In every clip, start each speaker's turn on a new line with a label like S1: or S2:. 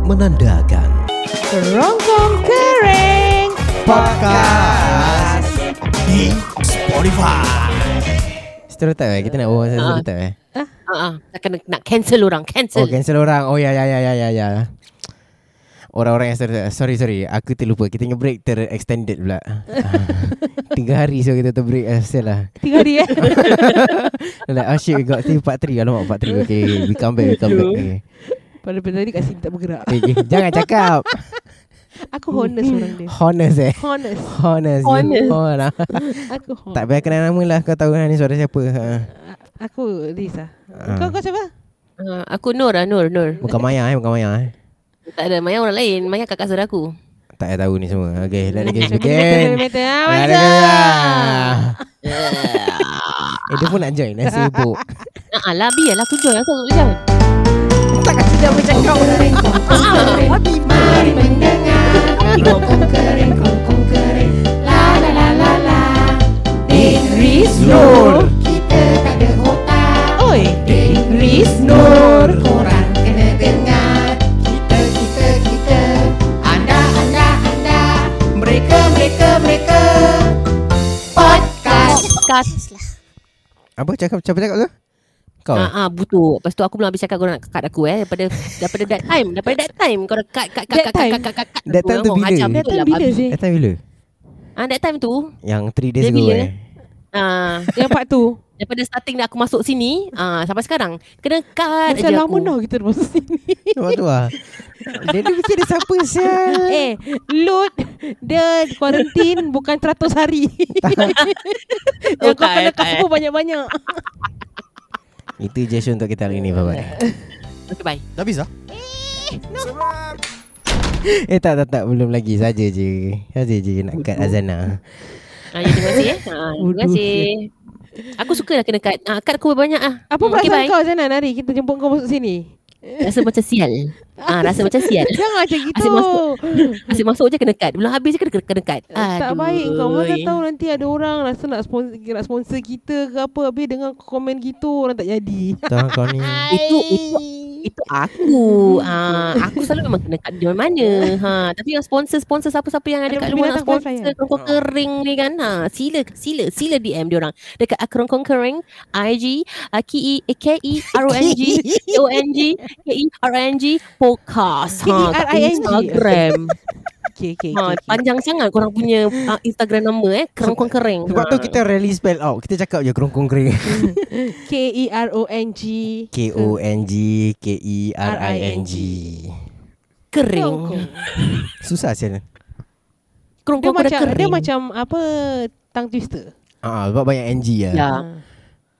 S1: menandakan
S2: Rongkong Kering
S1: Podcast di Spotify.
S3: Story time eh Kita nak berbual pasal
S2: Ah.
S3: story time eh
S2: Ah, nak kena nak cancel orang, cancel.
S3: Oh cancel orang Oh ya ya ya ya ya ya Orang-orang yang story time Sorry sorry Aku terlupa Kita punya break ter-extended pula Ah. Tiga hari so kita ter-break eh, Sial lah
S2: Tiga hari eh.
S3: Like oh shit we got Still part 3 Alamak part 3 Okay we come back We come back okay.
S4: Pada benda ni kat sini tak bergerak
S3: Okay, okay. Jangan cakap
S4: Aku honest orang dia
S3: Honest eh
S4: Honest
S3: Honest
S2: Honest.
S3: oh, lah.
S4: Aku honest
S3: Tak payah kenal nama lah Kau tahu lah ni suara siapa ha.
S4: Aku Lisa
S3: Ah.
S4: Kau kau siapa?
S2: Ah, aku Nur lah, Nur, Nur.
S3: Bukan Maya eh Bukan Maya eh
S2: Tak ada, Maya orang lain. Maya kakak saudara aku.
S3: Tak payah tahu ni semua Okay let's begin begin
S4: Meter, meter. Ah,
S3: Ah,
S4: Maiza.
S3: Eh dia pun nak join Dah sibuk
S2: Ah, ah, lah, biarlah aku join. Aku tak boleh join.
S4: Tak kasi dia bercakap Inggris Nur Oi Inggris Nur
S2: Podcast.
S3: Apa cakap Siapa cakap tu Kau eh?
S2: Ah, ah, butuh. Lepas tu aku belum habis cakap korang nak cut aku eh. Daripada, daripada that time. Daripada that time. Korang cut, cut, cut,
S4: That
S2: cut, cut,
S4: time?
S2: cut, cut, cut, cut.
S3: That time eh. tu
S2: Korang
S3: bila?
S2: ajar
S3: That
S2: betul
S4: Datang
S2: lah,
S4: bila
S2: babi.
S4: sih?
S3: Datang bila
S2: Ah, that time tu.
S3: Yang 3 days
S2: Dia
S3: ago
S2: bila?
S3: eh
S2: Ah,
S4: Yang part tu
S2: daripada starting dah aku masuk sini. Ah, sampai sekarang. Kena cut
S4: Macam
S2: je
S4: lama
S2: aku.
S4: dah kita masuk sini
S3: Sebab tu lah Dia dia fikir dia siapa sial
S4: Eh Lut Dia kuarantin Bukan 100 hari Yang kau
S2: tak
S4: kena
S2: eh, tak eh.
S4: cover banyak-banyak
S3: Itu je show untuk kita hari ni Bye-bye
S2: Okay, bye.
S1: Dah habis lah?
S3: Eh tak tak tak Belum lagi Saja je Saja je nak cut Azana
S2: Ah, ya, terima kasih eh. Ah, terima
S4: Bodoh,
S2: kasih. Aku suka lah kena cut. Ah, cut aku banyak ah.
S4: Apa
S2: Hmm, okay,
S4: perasaan
S2: bye.
S4: kau sana Nari Kita jemput kau masuk sini
S2: Rasa macam sial. Ah, rasa macam sial.
S4: Jangan macam gitu
S2: Asyik masuk. Asyik masuk je kena cut. Belum habis je kena kena, kena cut. Aduh.
S4: Eh, Tak baik kau Mana tahu nanti ada orang Rasa nak sponsor, nak sponsor kita ke apa Habis dengan komen gitu Orang tak jadi
S3: Tahu kau ni
S2: Itu itu itu aku. Ah, aku selalu memang kena cut di mana-mana. Ha, tapi yang sponsor-sponsor siapa-siapa yang ada
S4: Ada
S2: kat luar nak
S4: binatang wildfire.
S2: sponsor kerongkong kering ni kan. Ha, sila sila sila DM dia orang. Dekat kerongkong kering IG ah, K E eh, K E R O N G O N G K E R O N G podcast. Ha,
S4: E
S2: kat
S4: K-E-R-I-N-G.
S2: Instagram.
S4: Okay okay,
S2: Ha,
S4: okay, okay.
S2: panjang sangat korang punya ah, Instagram nama eh kerongkong kering.
S3: Sebab tu kita rarely spell out Kita cakap je kerongkong kering
S4: E K-E-R-O-N-G
S3: K-O-N-G E K-E-R-I-N-G
S2: kering.
S4: Kering.
S3: Susah sial
S4: Dia
S2: Kerongkong
S4: macam
S2: kering.
S4: Dia macam apa Tang twister
S3: Ah, sebab banyak NG lah
S2: Ya.
S4: Ah.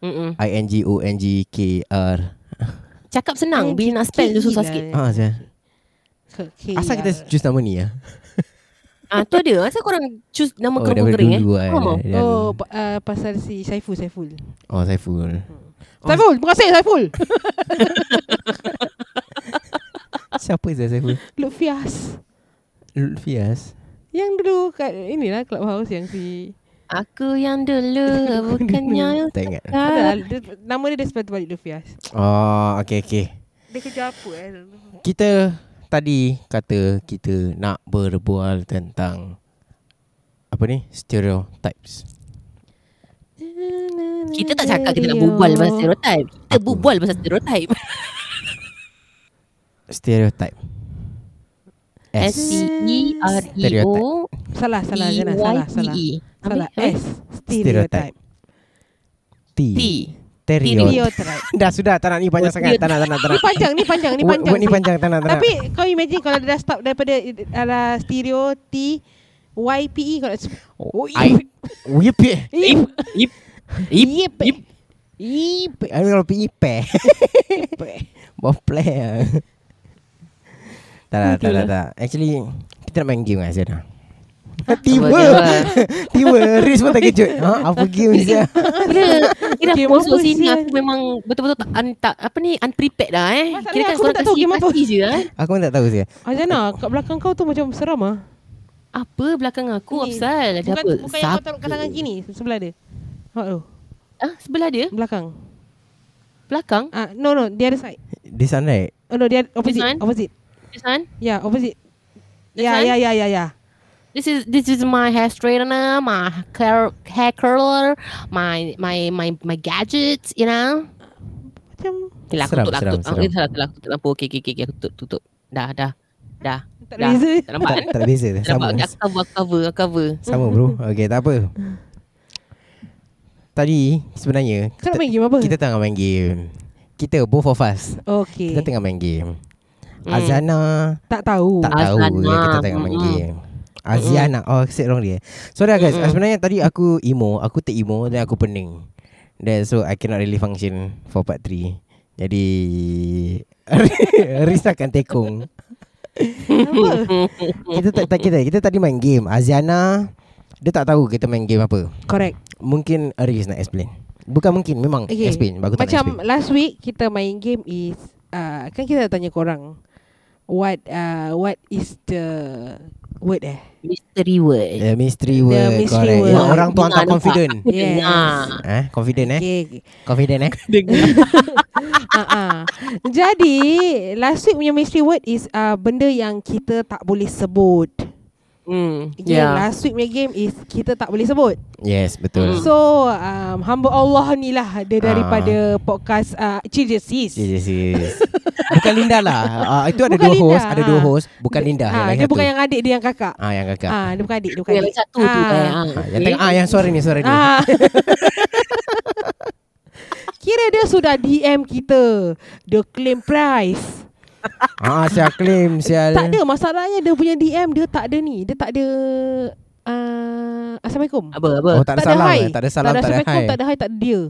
S2: Mm-mm.
S3: I-N-G-O-N-G-K-R
S2: Cakap senang
S4: Yang
S2: Bila nak spell tu
S4: gigi
S2: susah
S4: lah.
S2: sikit
S3: Ah, sial
S4: K-
S3: Asal
S4: K- E
S3: kita
S4: R-
S3: choose nama ni ya?
S2: Ah tu ada Asal korang choose Nama oh, kerongkong
S3: daripada
S2: kering eh
S3: dulu lah,
S2: Faham tak?
S3: eh.
S4: Oh pa- ah, pasal si Saiful Saiful
S3: Oh, Saiful.
S4: Saiful Berkasih Saiful
S3: Siapa Zah Saiful?
S4: Lutfias
S3: Lutfias.
S4: Yang dulu kat Inilah clubhouse yang si
S2: Aku yang dulu Bukannya
S3: Tak ingat.
S4: ah.
S2: sekarang.
S4: dia, Nama dia dia sebab balik Lutfias
S3: Oh, okay, okay.
S4: Dia kerja apa eh dulu?
S3: Kita tadi kata kita nak berbual tentang apa ni? Stereotypes.
S2: Kita tak cakap Kita nak berbual Pasal stereotype Kita
S3: Apa?
S2: berbual pasal stereotype
S3: Stereotype.
S2: E
S3: S.
S2: S-T-E-R-E-O
S4: Salah salah Zana salah salah.
S2: T-Y-T-E
S4: Salah
S2: E. Habis?
S4: S stereotype.
S3: T.
S2: T
S4: E.
S3: Stereotype.
S4: Stereotype.
S3: Dah sudah, tak nak ni panjang sangat. Tak nak, tak nak, tak
S4: Ni
S3: nak.
S4: panjang ni panjang ni
S3: Word-
S4: panjang.
S3: word ni panjang, tak nak, tak nak.
S4: Tapi kau imagine kalau dia dah start daripada ala stereo T Y P E kalau
S3: Oh, I. Whip it.
S4: Ip
S2: Ip
S4: Ip
S2: Ip.
S4: Ip
S3: Aku kalau pergi pe. Buat play lah Tak lah, tak lah, tak Actually Kita nak main game kan Zena Tiba Tiba Riz pun tak kejut ha, Apa game ni Zia
S2: Kira Kira
S4: Game
S2: aku masuk
S4: apa,
S2: sini
S4: Zia?
S2: Aku memang Betul-betul tak, un, tak Apa ni Unprepared dah eh
S4: Masalahnya
S2: Kira kan
S4: aku pun
S2: korang
S4: tak tahu
S2: kasi
S4: game apa.
S2: Kasi je eh
S3: Aku pun tak tahu Zia
S4: Azana ah, kat belakang kau tu macam seram ah.
S2: Apa belakang aku
S4: Ni,
S2: Afsal Ada
S4: Bukan
S2: apa
S4: bukan yang kau
S2: Sap-
S4: taruh kat tangan kini sebelah dia. Ha oh,
S2: Ah, sebelah dia?
S4: belakang.
S2: Belakang?
S4: Ah no no, the other side.
S3: This one right
S4: Oh no, the other- opposite.
S2: one?
S4: Opposite.
S2: This one.
S4: Yeah, opposite.
S2: This
S4: yeah,
S2: one?
S4: yeah, yeah, yeah, yeah.
S2: This is this is my hair straightener, my hair, hair curler, my my my my gadgets, you know.
S4: Macam
S2: Okay lah, aku
S3: Seram,
S2: tutup lah, aku
S3: seram,
S2: tutup. Ah,
S3: seram.
S2: eh, salah, salah, aku tutup lampu. Okay, okay, okay, okay, aku tutup, tutup. Dah, dah. Dah.
S4: tak
S2: dah.
S4: ada beza.
S2: Tak nampak kan?
S3: Tak ada beza
S2: Tak
S3: Sama
S2: nampak. Aku cover, aku cover, aku cover.
S3: Sama bro Okay tak apa Tadi Sebenarnya
S4: Kau nak main game apa?
S3: Kita tengah main game Kita both of us
S4: okay.
S3: Kita tengah main game
S4: Hmm.
S3: Azana
S4: tak tahu.
S3: Tak
S4: Tak.
S3: tahu
S2: Azana.
S3: yang
S4: ah,
S3: Kita tengah main
S2: Mm-mm.
S3: game Aziana Oh saya wrong dia Sorry lah guys Sebenarnya tadi aku emo Aku tak emo Dan aku pening Then so I cannot really function For part 3 Jadi Risaukan tekung Kita tak, tak kita, kita tadi main game Aziana Dia tak tahu kita main game apa
S4: Correct.
S3: Mungkin Aris nak explain Bukan mungkin Memang
S4: Okay.
S3: explain Bagus tak nak
S4: Macam
S3: explain
S4: last week kita main game is uh, kan kita tanya korang what uh, what is the word eh?
S2: Mystery word.
S3: The mystery word correct.
S4: mystery word.
S3: Yang orang tu hantar
S2: Dengar, nampak.
S3: confident
S2: Aku
S4: Yes.
S2: dengar.
S3: Eh confident eh
S4: Okay. okay.
S3: Confident eh
S4: uh Jadi last week punya mystery word is uh, benda yang kita tak boleh sebut.
S2: Hmm.
S4: Yeah,
S3: Ya.
S2: Yeah.
S4: last week punya game is kita tak boleh sebut.
S3: Yes betul so,
S4: So um, hamba Allah ni lah
S3: Ah.
S4: dia daripada podcast uh, Children's
S3: Yes yes yes Bukan Linda lah Ah, Itu ada dua
S4: Bukan Linda,
S3: host Ada dua
S4: ah.
S3: host Bukan Linda
S4: Ah,
S3: yang
S4: dia
S3: lain
S4: bukan
S3: satu.
S4: yang adik dia yang kakak.
S3: Ah yang kakak
S4: Ah, dia bukan adik, dia bukan
S2: Yang
S4: adik.
S2: satu tu kan. Ah,
S4: Ah.
S3: Ah, yang tengah ah yang suara ni suara ni.
S4: Ah. Kira dia sudah DM kita. Dia claim price.
S3: Ah saya claim sial.
S4: Tak ada masalahnya dia punya DM dia tak ada ni. Dia tak ada uh, Assalamualaikum.
S2: Apa, apa?
S3: Oh tak ada salam,
S4: hi.
S3: eh. tak ada salam, tak ada
S4: Assalamualaikum,
S3: hi.
S4: tak ada hai, tak ada dia.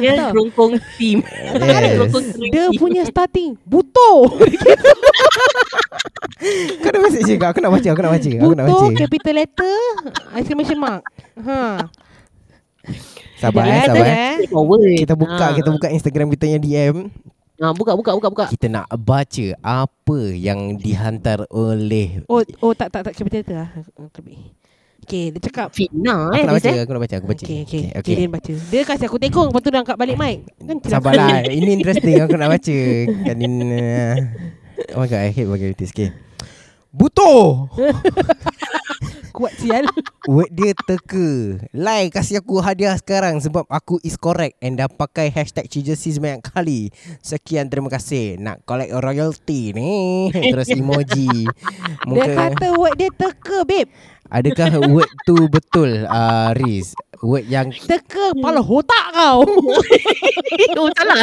S2: Dia kerongkong steam.
S3: Yes.
S2: Dia kerongkong steam.
S4: Dia punya starting buto.
S3: Kau dah message juga. Aku nak baca, aku nak baca, aku nak
S4: buto
S3: baca.
S4: capital letter exclamation mark. Ha.
S3: Sabar eh,
S4: Dia ada,
S3: sabar. eh.
S4: eh.
S2: Forward.
S3: Kita buka,
S2: Ah.
S3: kita buka Instagram kita yang DM.
S2: Ah, buka, buka, buka, buka.
S3: Kita nak baca apa yang dihantar oleh
S4: Oh, oh tak tak tak capital letter lah. Lebih. Okay, dia cakap
S3: Aku
S2: Fitnah eh.
S3: nak
S2: Liz,
S3: baca,
S2: eh.
S3: aku nak baca, aku baca.
S4: Okay, okay. okay.
S3: okay.
S4: Kirin baca. Dia kasi aku tekong, lepas tu dia angkat balik mic. Kan kira
S3: Sabarlah lah. Ini interesting Aku nak baca Kan ini Oh my god I hate vulgarities Okay Buto
S4: kuat sial.
S3: Word dia teka Lai kasih aku hadiah sekarang Sebab aku is correct And dah pakai hashtag Cijesis banyak kali Sekian terima kasih Nak collect royalty ni Terus emoji
S4: Dia kata word dia teka, babe.
S3: Adakah word tu betul uh, Riz Word yang
S4: Teka
S2: Hmm.
S4: kepala otak kau.
S2: Oh, salah.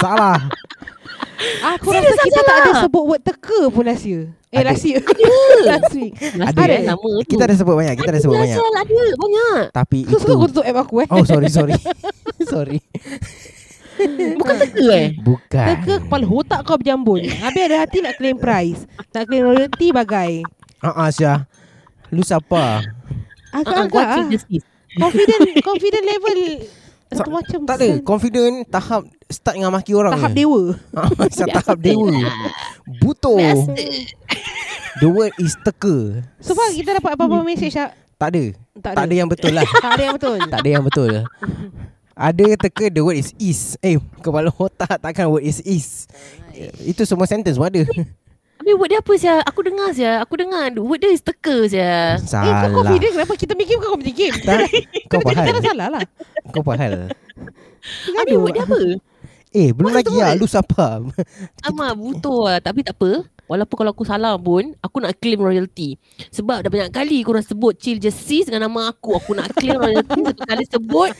S3: salah
S4: aku rasa kita tak ada sebut word teka pun last year. Eh,
S3: Ada.
S4: last year.
S2: Ya.
S4: last week.
S2: Ada,
S3: Ada.
S2: eh, sama tu.
S3: Kita ada sebut banyak Kita ada sebut
S2: Ada,
S3: banyak
S2: Syal, Ada, banyak.
S3: Tapi
S4: Kau suka kau
S3: itu
S4: tutup app aku eh.
S3: Oh sorry sorry Sorry
S2: Bukan teka eh.
S3: Bukan
S4: Teka kepala otak kau berjambun. Habis ada hati nak claim price. Nak claim royalty bagai.
S3: Ah uh-uh, Syah Lu siapa?
S4: Agak-agak.
S2: Watching
S4: ah.
S2: this is.
S4: confident confident level
S3: Tak-
S4: Aku macam
S3: Tak ada Confident Tahap Start dengan maki orang
S4: tahap
S3: je.
S4: dewa.
S3: Ah, Syah tahap dewa Buto The word is teka
S4: Sebab kita dapat apa-apa message tak?
S3: Tak ada
S4: Tak
S3: Hmm. Tak ada yang betul lah
S4: Tak ada yang betul.
S3: Tak ada yang betul Ada teka The word is is Eh Kepala otak Takkan word is is Eh, Itu semua sentence
S4: Eh,
S3: pun ada
S2: Habis word dia apa Syah? Aku dengar Syah. Aku dengar. Word dia is teka Syah.
S4: Eh, kau
S3: Salah
S4: confident kenapa kita main game kau kau main game?
S3: Tak Kau
S4: Kau tak ada
S3: faham
S4: salah lah.
S3: Kau faham
S2: Habis word dia apa?
S3: Eh belum lagi lah Lu siapa
S2: Amat butuh lah. Tapi tak apa. Walaupun kalau aku salah pun, aku nak claim royalty. Sebab dah banyak kali korang sebut Chill Jessis dengan nama aku. Aku nak claim royalty. Satu kali sebut,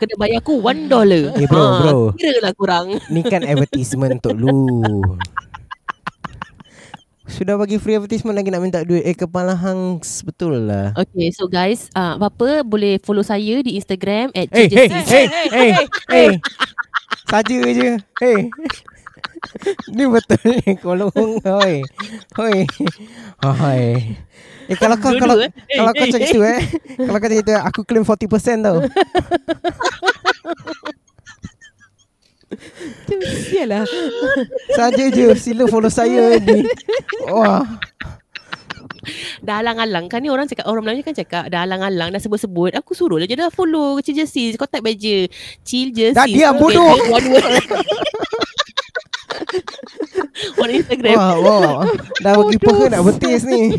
S2: kena bayar aku one dollar.
S3: Eh, bro,
S2: Ah,
S3: bro.
S2: Kira lah korang.
S3: Ni kan advertisement untuk lu Sudah bagi free advertisement lagi nak minta duit Eh kepala hangs betul lah
S2: Okay, so guys, uh, apa-apa boleh follow saya di Instagram at
S3: Eh eh
S2: Jessis.
S3: eh eh eh Saja je Eh Ni betul ni kolong Hoi Hoi Hoi Eh kalau kau
S2: Dua-dua,
S3: kalau
S2: eh. Eh,
S3: kalau kau
S2: eh,
S3: macam
S2: eh.
S3: itu eh kalau kau macam itu aku claim 40% tau.
S4: Macam sial lah.
S3: Saja je sila follow saya di Wah.
S2: Dah alang-alang kan ni orang cakap orang Melayu kan cakap dah alang-alang dah sebut-sebut aku suruh lah je dah follow chill je sis kau tak baik je chill je
S3: Dah
S2: sis
S3: diam, bodoh.
S2: One word. on Instagram.
S3: Wah, wah. Dah pergi Poha nak betis ni.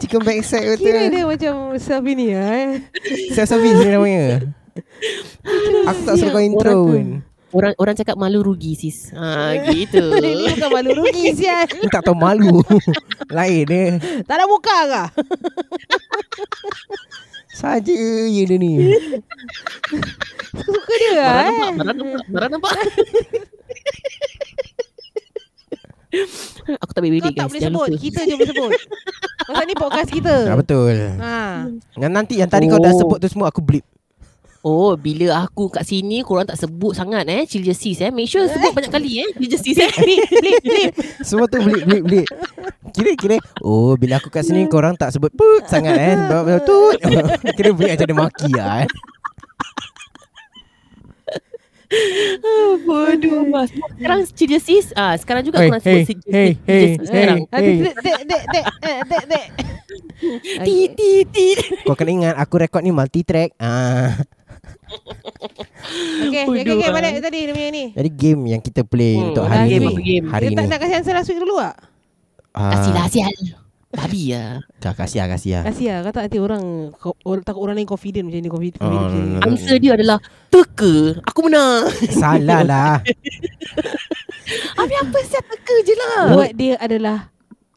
S3: Chicken backside betul.
S4: Kira dia macam self ini lah eh.
S3: Self-service ni namanya. Aku tak suruh kau intro
S2: Orang tu.
S3: pun.
S2: Orang orang cakap malu rugi sis. Ha gitu.
S4: Ni bukan malu rugi sial.
S3: Ni tak tahu malu. Lain dia.
S4: Tak ada muka kah?
S3: Saja je dia ni.
S4: Suka dia lah
S2: Barang nampak,
S4: eh.
S2: barang nampak, barang nampak. Aku tak boleh
S4: Kau
S2: bedek guys.
S4: tak boleh
S2: jangan
S4: sebut.
S2: lupa.
S4: Kita je boleh sebut. Masa ni podcast kita.
S3: Ah, betul.
S4: Ha.
S3: Yang nanti yang tadi kau dah
S2: Oh.
S3: sebut tu semua aku blip.
S2: Oh, bila aku kat sini korang tak sebut sangat eh. Chill je sis eh. Make sure sebut banyak kali eh. Chill je sis eh.
S4: Blip, blip.
S3: Semua tu blip blip blip. Kira-kira Oh bila aku kat
S2: Hmm.
S3: sini Korang tak sebut Put sangat eh Sebab tut Kira bunyi macam ada maki lah eh
S2: Bodoh mas. Sekarang chill je sis. Ah, sekarang juga
S3: Hey,
S2: korang sebut
S3: hey,
S2: chill je
S3: hey,
S2: sis. Chill je
S3: hey,
S2: sis
S3: hey.
S2: sekarang.
S4: Ha,
S3: Hey.
S4: Dek, dek, dek, dek, eh, dek, dek.
S2: Ti ti ti.
S3: Kau kena ingat Aku rekod ni multi-track ah,
S4: Okay, okay,
S2: eh.
S4: okay, balik tadi dia punya ni.
S3: Jadi game yang kita play
S2: Hmm,
S3: Untuk hari
S4: game
S3: ni
S4: apa
S2: game?
S3: Hari
S4: Dia
S3: ni
S4: tak nak kasih answer last week dulu tak?
S3: Ah,
S2: Kasih lah sial. Babi lah.
S3: Kak kasih lah kasih lah
S4: Kasih lah Kata nanti orang, ko- orang Takut orang lain confident macam ni Confident,
S3: Oh,
S4: confident macam
S3: no,
S4: ni.
S3: no, no.
S2: Answer dia adalah teka. Aku menang.
S3: Salah lah
S2: Habis apa sial teka je lah.
S4: Buat dia adalah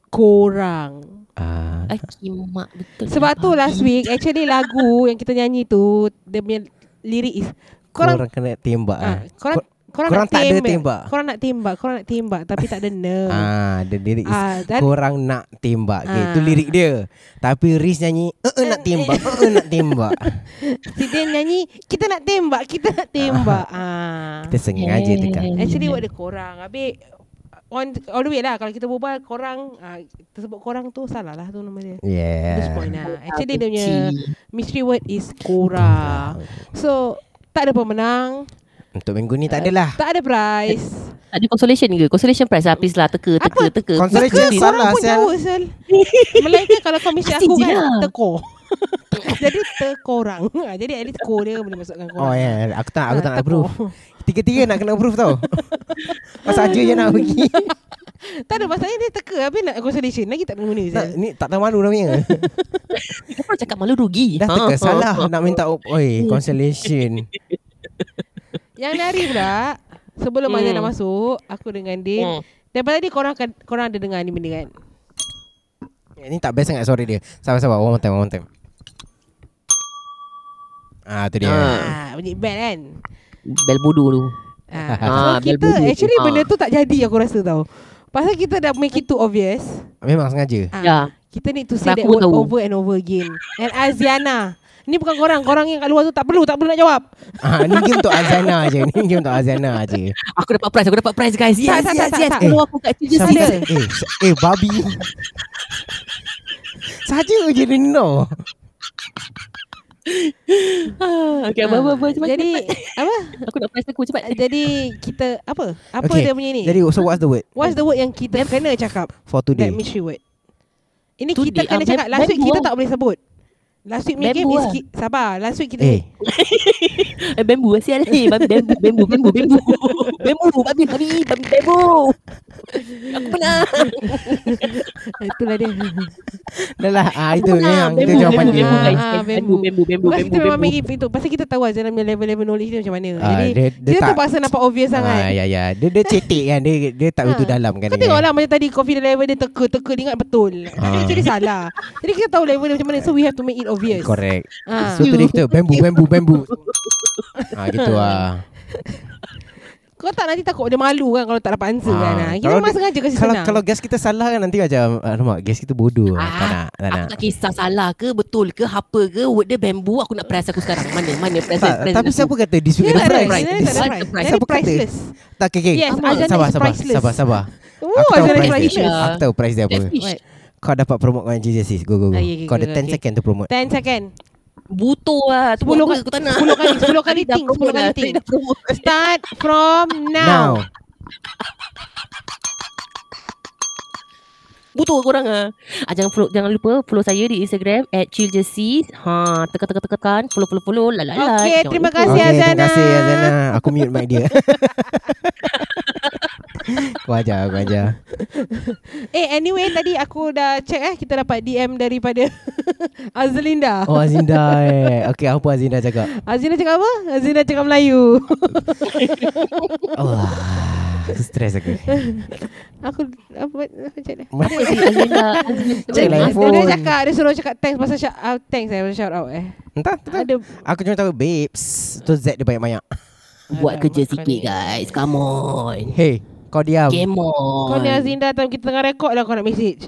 S4: Korang
S3: ah,
S2: Ay, kimak betul.
S4: Sebab
S2: lah,
S4: tu
S2: babi.
S4: last week Actually lagu Yang kita nyanyi tu Dia punya lirik is Korang
S3: Korang kena tembak ah.
S4: ah, Korang Korang,
S3: korang
S4: nak
S3: tak ada
S4: tembak.
S3: tembak.
S4: Korang nak tembak Korang nak tembak Tapi tak ada nerve
S3: Ah, the lyric is
S4: Ah, that-
S3: korang nak tembak. Okay,
S4: Ah.
S3: itu lirik dia. Tapi Riz nyanyi, "Eh eh, nak tembak, eh eh, nak tembak."
S4: Si dia nyanyi Kita nak tembak Kita nak tembak ah.
S3: Kita sengaja
S2: Yeah.
S3: tekan.
S4: Actually what dia korang Habis On all the way lah Kalau kita berbual Korang ah, Tersebut korang tu Salah lah tu nama dia This
S3: Yeah.
S4: point lah Actually dia punya Mystery word is korang So Tak ada pemenang
S3: Untuk minggu ni tak adalah.
S4: Tak ada prize
S2: Tak ada consolation ke? Consolation prize habis lah. Teka, teka,
S4: Apa?
S2: teka.
S3: Consolation
S4: Korang
S3: salah
S4: pun
S3: sel.
S4: jauh sel Melainkan kalau kau mesti
S2: Pasti
S4: aku
S2: je
S4: kan
S2: lah.
S4: Tekor Jadi tekorang Jadi at least ko dia boleh masukkan
S3: Oh
S4: korang
S3: ya, yeah. aku tak aku
S4: Ah,
S3: tak nak
S4: tekor.
S3: approve. Tiga-tiga nak kena approve tau. Masa aja je nak pergi.
S4: Tak ada masalahnya dia teka Habis nak consolation Lagi tak guna
S3: Tak,
S4: sel
S3: ni tak tahu malu namanya.
S2: Kenapa cakap malu rugi?
S3: Dah
S2: Ha,
S3: teka
S4: Ah.
S2: ha,
S3: salah
S2: ha.
S3: nak minta op- oi, consolation.
S4: Yang nari pula Sebelum
S2: Hmm.
S4: Mazlan dah masuk Aku dengan Din
S2: Hmm.
S4: Daripada tadi korang akan, korang ada dengar ni benda kan
S3: Ini Eh, tak best sangat suara dia. Sabar-sabar, one more time, one more time. Ah, tu dia.
S2: Ah.
S4: ah, Bunyi bad kan
S2: Bel bodoh tu.
S4: ah,
S2: Ah,
S4: So kita
S2: bel bunyi.
S4: Actually
S2: Ah.
S4: benda tu tak jadi aku rasa tau Pasal kita dah make it too obvious
S3: Memang sengaja.
S4: ah,
S2: Ya.
S4: Kita need to say
S2: Aku
S4: that word
S2: tahu.
S4: over and over again And Aziana Ni bukan korang Korang yang kat luar tu tak perlu Tak perlu nak jawab
S3: Ah, ni game untuk Azana je. Ni game untuk Azana je.
S2: Aku dapat prize, aku dapat prize guys. Yes,
S4: tak,
S2: yes,
S4: tak,
S2: yes.
S4: tak.
S2: Kalau aku kat Cik
S4: Sabar.
S2: Jasin.
S3: eh, s- eh, babi. Saja je dia ni no.
S2: Okay, apa, apa, apa.
S4: Ah,
S2: Cepat,
S4: Jadi
S2: cepat.
S4: Apa
S2: Aku nak prize aku cepat.
S4: Jadi kita Apa Apa
S3: Okay,
S4: dia punya ni
S3: Jadi, so what's the word
S4: What's the word yang kita kena cakap
S3: for
S4: That
S3: today?
S4: mystery word Ini
S2: Today,
S4: kita kena
S2: ah,
S4: cakap
S2: bam-
S4: Last week
S2: bambu
S4: kita
S2: lah.
S4: tak boleh sebut Last week punya
S2: Bambu
S4: game is
S2: lah.
S4: ki- Sabar Last week kita
S3: Eh,
S2: Eh, bambu lah sial. Eh, bambu, bambu, bambu, bambu, bambu. Bambu, babi, babi, babi, bambu. Aku pernah.
S4: Ah, Itulah dia
S3: dah lah. Ah, itu
S2: Aku pernah.
S3: memang itu
S2: Bambu,
S3: jawapan
S2: bambu,
S3: dia.
S4: Ah,
S2: guys.
S4: ah,
S2: Bambu, bambu, bambu, bambu,
S4: Pasal kita memang
S2: bambu.
S4: make it itu Pasal kita tahu Azana punya level-level knowledge dia macam mana
S3: Ah,
S4: Jadi
S3: dia- dia
S4: Kita
S3: tak-
S4: terpaksa nampak obvious
S3: Ah,
S4: sangat
S3: ya, ya. Dia, dia cetek kan. Dia, dia tak begitu
S4: Ah.
S3: dalam kan.
S4: Kau
S3: dia
S4: tengok
S3: kan.
S4: lah Macam tadi confident level dia teka-teka Dia ingat betul Tapi
S3: Ah.
S4: actually salah Jadi kita tahu level dia macam mana So we have to make it obvious
S3: Correct.
S4: Ah.
S3: So, tu dia kita. Bambu, bambu, bambu. ah, gitu lah.
S4: Kau tak nanti takut dia malu kan Kalau tak dapat answer
S3: Ah,
S4: kan ah. Kita
S3: kalau
S4: memang
S3: dia-
S4: sengaja kasi
S3: Kalau
S4: senang
S3: kalau gas kita salah kan nanti macam alamak gas kita bodoh. Ah, tak
S2: Ah,
S3: nak, tak
S2: Aku
S3: nak.
S2: tak kisah salah ke betul ke apa ke word dia bambu aku nak prize aku sekarang. Mana mana prize
S3: Tak,
S2: prize.
S3: tapi
S2: aku.
S3: siapa kata this week
S4: Dia
S3: ada
S4: tak ada
S3: prize?
S4: prize Dia
S3: This
S4: tak ada
S2: Price.
S4: prize
S3: Price.
S4: Dia ada
S3: Siapa kata?
S4: priceless
S3: Tak, okay, okay.
S4: Yes,
S3: Sabar,
S4: Azana
S3: sabar,
S4: is
S3: sabar,
S4: priceless.
S3: sabar, sabar. aku tahu
S4: Oh
S3: price
S4: Azana is
S2: priceless.
S3: dia.
S4: priceless
S3: Aku tahu price dia apa.
S2: That's fish.
S4: What?
S3: Kau dapat promote dengan JJC. Go, go, go.
S4: Ah, yeah, yeah,
S3: Kau ada
S4: yeah,
S3: 10
S4: okay.
S3: second to promote.
S4: 10 second
S2: Butuh lah. Tu
S4: 10
S2: buat
S3: kan?
S2: apa
S4: kali-
S2: aku tak nak.
S4: 10 kali- 10 kali
S2: Dah
S4: ting, 10
S2: promote
S4: kali
S2: dah,
S4: ting.
S2: dah promote.
S4: Start from
S3: Now.
S4: now,
S2: Butuh korang ah. ah jangan follow jangan lupa follow saya di Instagram @chilljesis. Ha tekan tekan tekan follow follow follow la la la.
S4: Okay,
S2: Jangan
S4: terima
S2: lupa.
S4: kasih
S3: Okay,
S4: Azana
S3: terima kasih Azana. Aku mute mic dia. Kau ajar Kau ajar
S4: Eh anyway tadi aku dah check eh Kita dapat DM daripada Azlinda
S3: Oh Azinda eh Okay apa Azinda cakap
S4: Azlinda cakap apa? Azlinda cakap Melayu
S3: Allah Aku stres aku
S4: Aku apa, apa cakap dia?
S2: Azlinda Azlinda-
S3: Cek lah.
S4: dia, dia
S3: phone.
S4: cakap Dia suruh cakap thanks Pasal shout out Thanks eh Shout out eh
S3: Entah tak
S4: Ada
S3: Aku cuma tahu babes Tu Z dia banyak-banyak
S2: Buat kerja
S4: Alamak, kau
S2: sikit
S4: ni.
S2: guys Come on
S3: Hey Kau diam
S2: Game on
S4: Kau ni Azinda time kita tengah rekod dah kau nak message.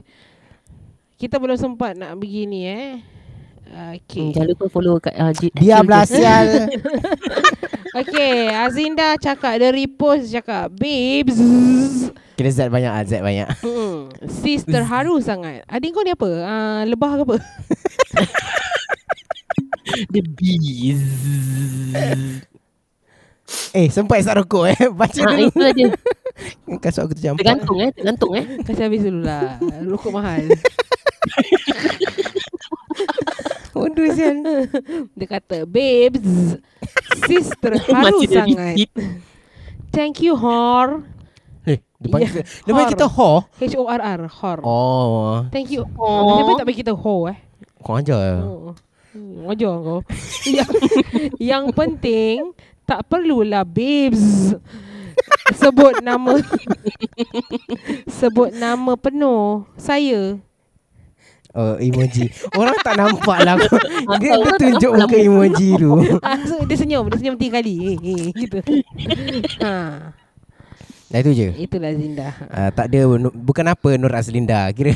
S4: Kita belum sempat nak begini eh.
S2: Hmm,
S4: Okay.
S2: Jangan lupa follow kat uh, J-
S3: Diam
S2: Jill
S3: lah
S2: Jason.
S3: sial
S4: Okay, Azinda cakap dia repost cakap, "Babes,
S3: Kira Z banyak lah Z banyak
S4: Mm, sis terharu sangat. Adik kau ni apa? Uh, lebah ke apa?
S2: The bees
S3: Eh sempat isap rokok eh Baca
S2: ha,
S3: dulu
S2: Itu aja eh.
S3: Kasut aku tercampak
S2: Tergantung eh Tergantung eh
S4: Kasih habis dulu lah. Rokok mahal.
S3: Bodoh sial
S4: Dia kata, "Babes, sis terharu
S2: Masih dia
S4: sangat.
S2: repeat.
S4: Thank you, Hor.
S3: Eh Dia panggil kita
S4: Ya,
S3: Dia panggil
S4: hor.
S3: kita whore
S4: H O R R, Hor.
S3: Oh
S4: Thank you. Oh. Kenapa tak bagi kita ho eh?
S3: Kau
S2: Ya.
S3: ajar
S4: Oh. Hmm, Ngajak kau. yang, yang penting tak perlulah babes. Sebut nama Sebut nama penuh Saya
S3: Oh emoji Orang tak nampak lah aku. Dia, dia
S2: Orang tak
S3: tunjuk muka
S2: nampak lah.
S3: emoji tu
S4: ah, so Dia senyum Dia senyum tiga kali Eh, eh, Gitu ha,
S3: Dah itu je
S4: Itulah Zinda
S3: Uh, tak ada nu- Bukan apa Nur Azlinda Kira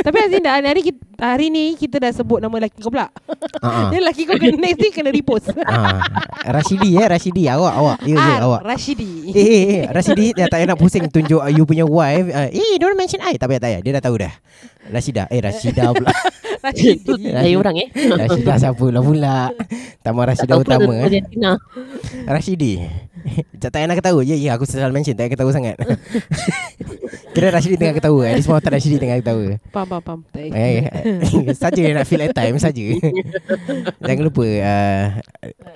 S4: Tapi Zinda hari, hari, kita, hari ni Kita dah sebut nama lelaki kau pula
S3: Ah, ah.
S4: Dia lelaki kau kena next ni Kena repost
S3: Ah, Rashidi eh Rashidi Awak awak Ya ya
S2: Ah,
S4: R,
S3: awak Eh,
S4: Rashidi
S3: eh, eh Rashidi dah tak payah nak pusing Tunjuk uh, you punya wife uh, Eh don't mention I Tak payah tak payah Dia dah tahu dah Rashida Eh Rashida pula
S4: Rashidi
S2: Itu
S3: Ya,
S2: saya orang eh
S3: Rashida siapa lah pula Tamu
S2: Tak
S3: Rashida
S2: tahu pula
S3: utama
S2: tu
S3: eh.
S2: Argentina
S3: Rashidi Tak tak payah nak ketawa Ya ya aku selalu mention Tak payah ketawa sangat Kira Rashidi tengah ketawa At least mata Rashidi tengah ketawa
S4: Pam pam pam
S3: Eh,
S4: Tak,
S3: eh, Saja nak fill at time Saja Jangan lupa uh,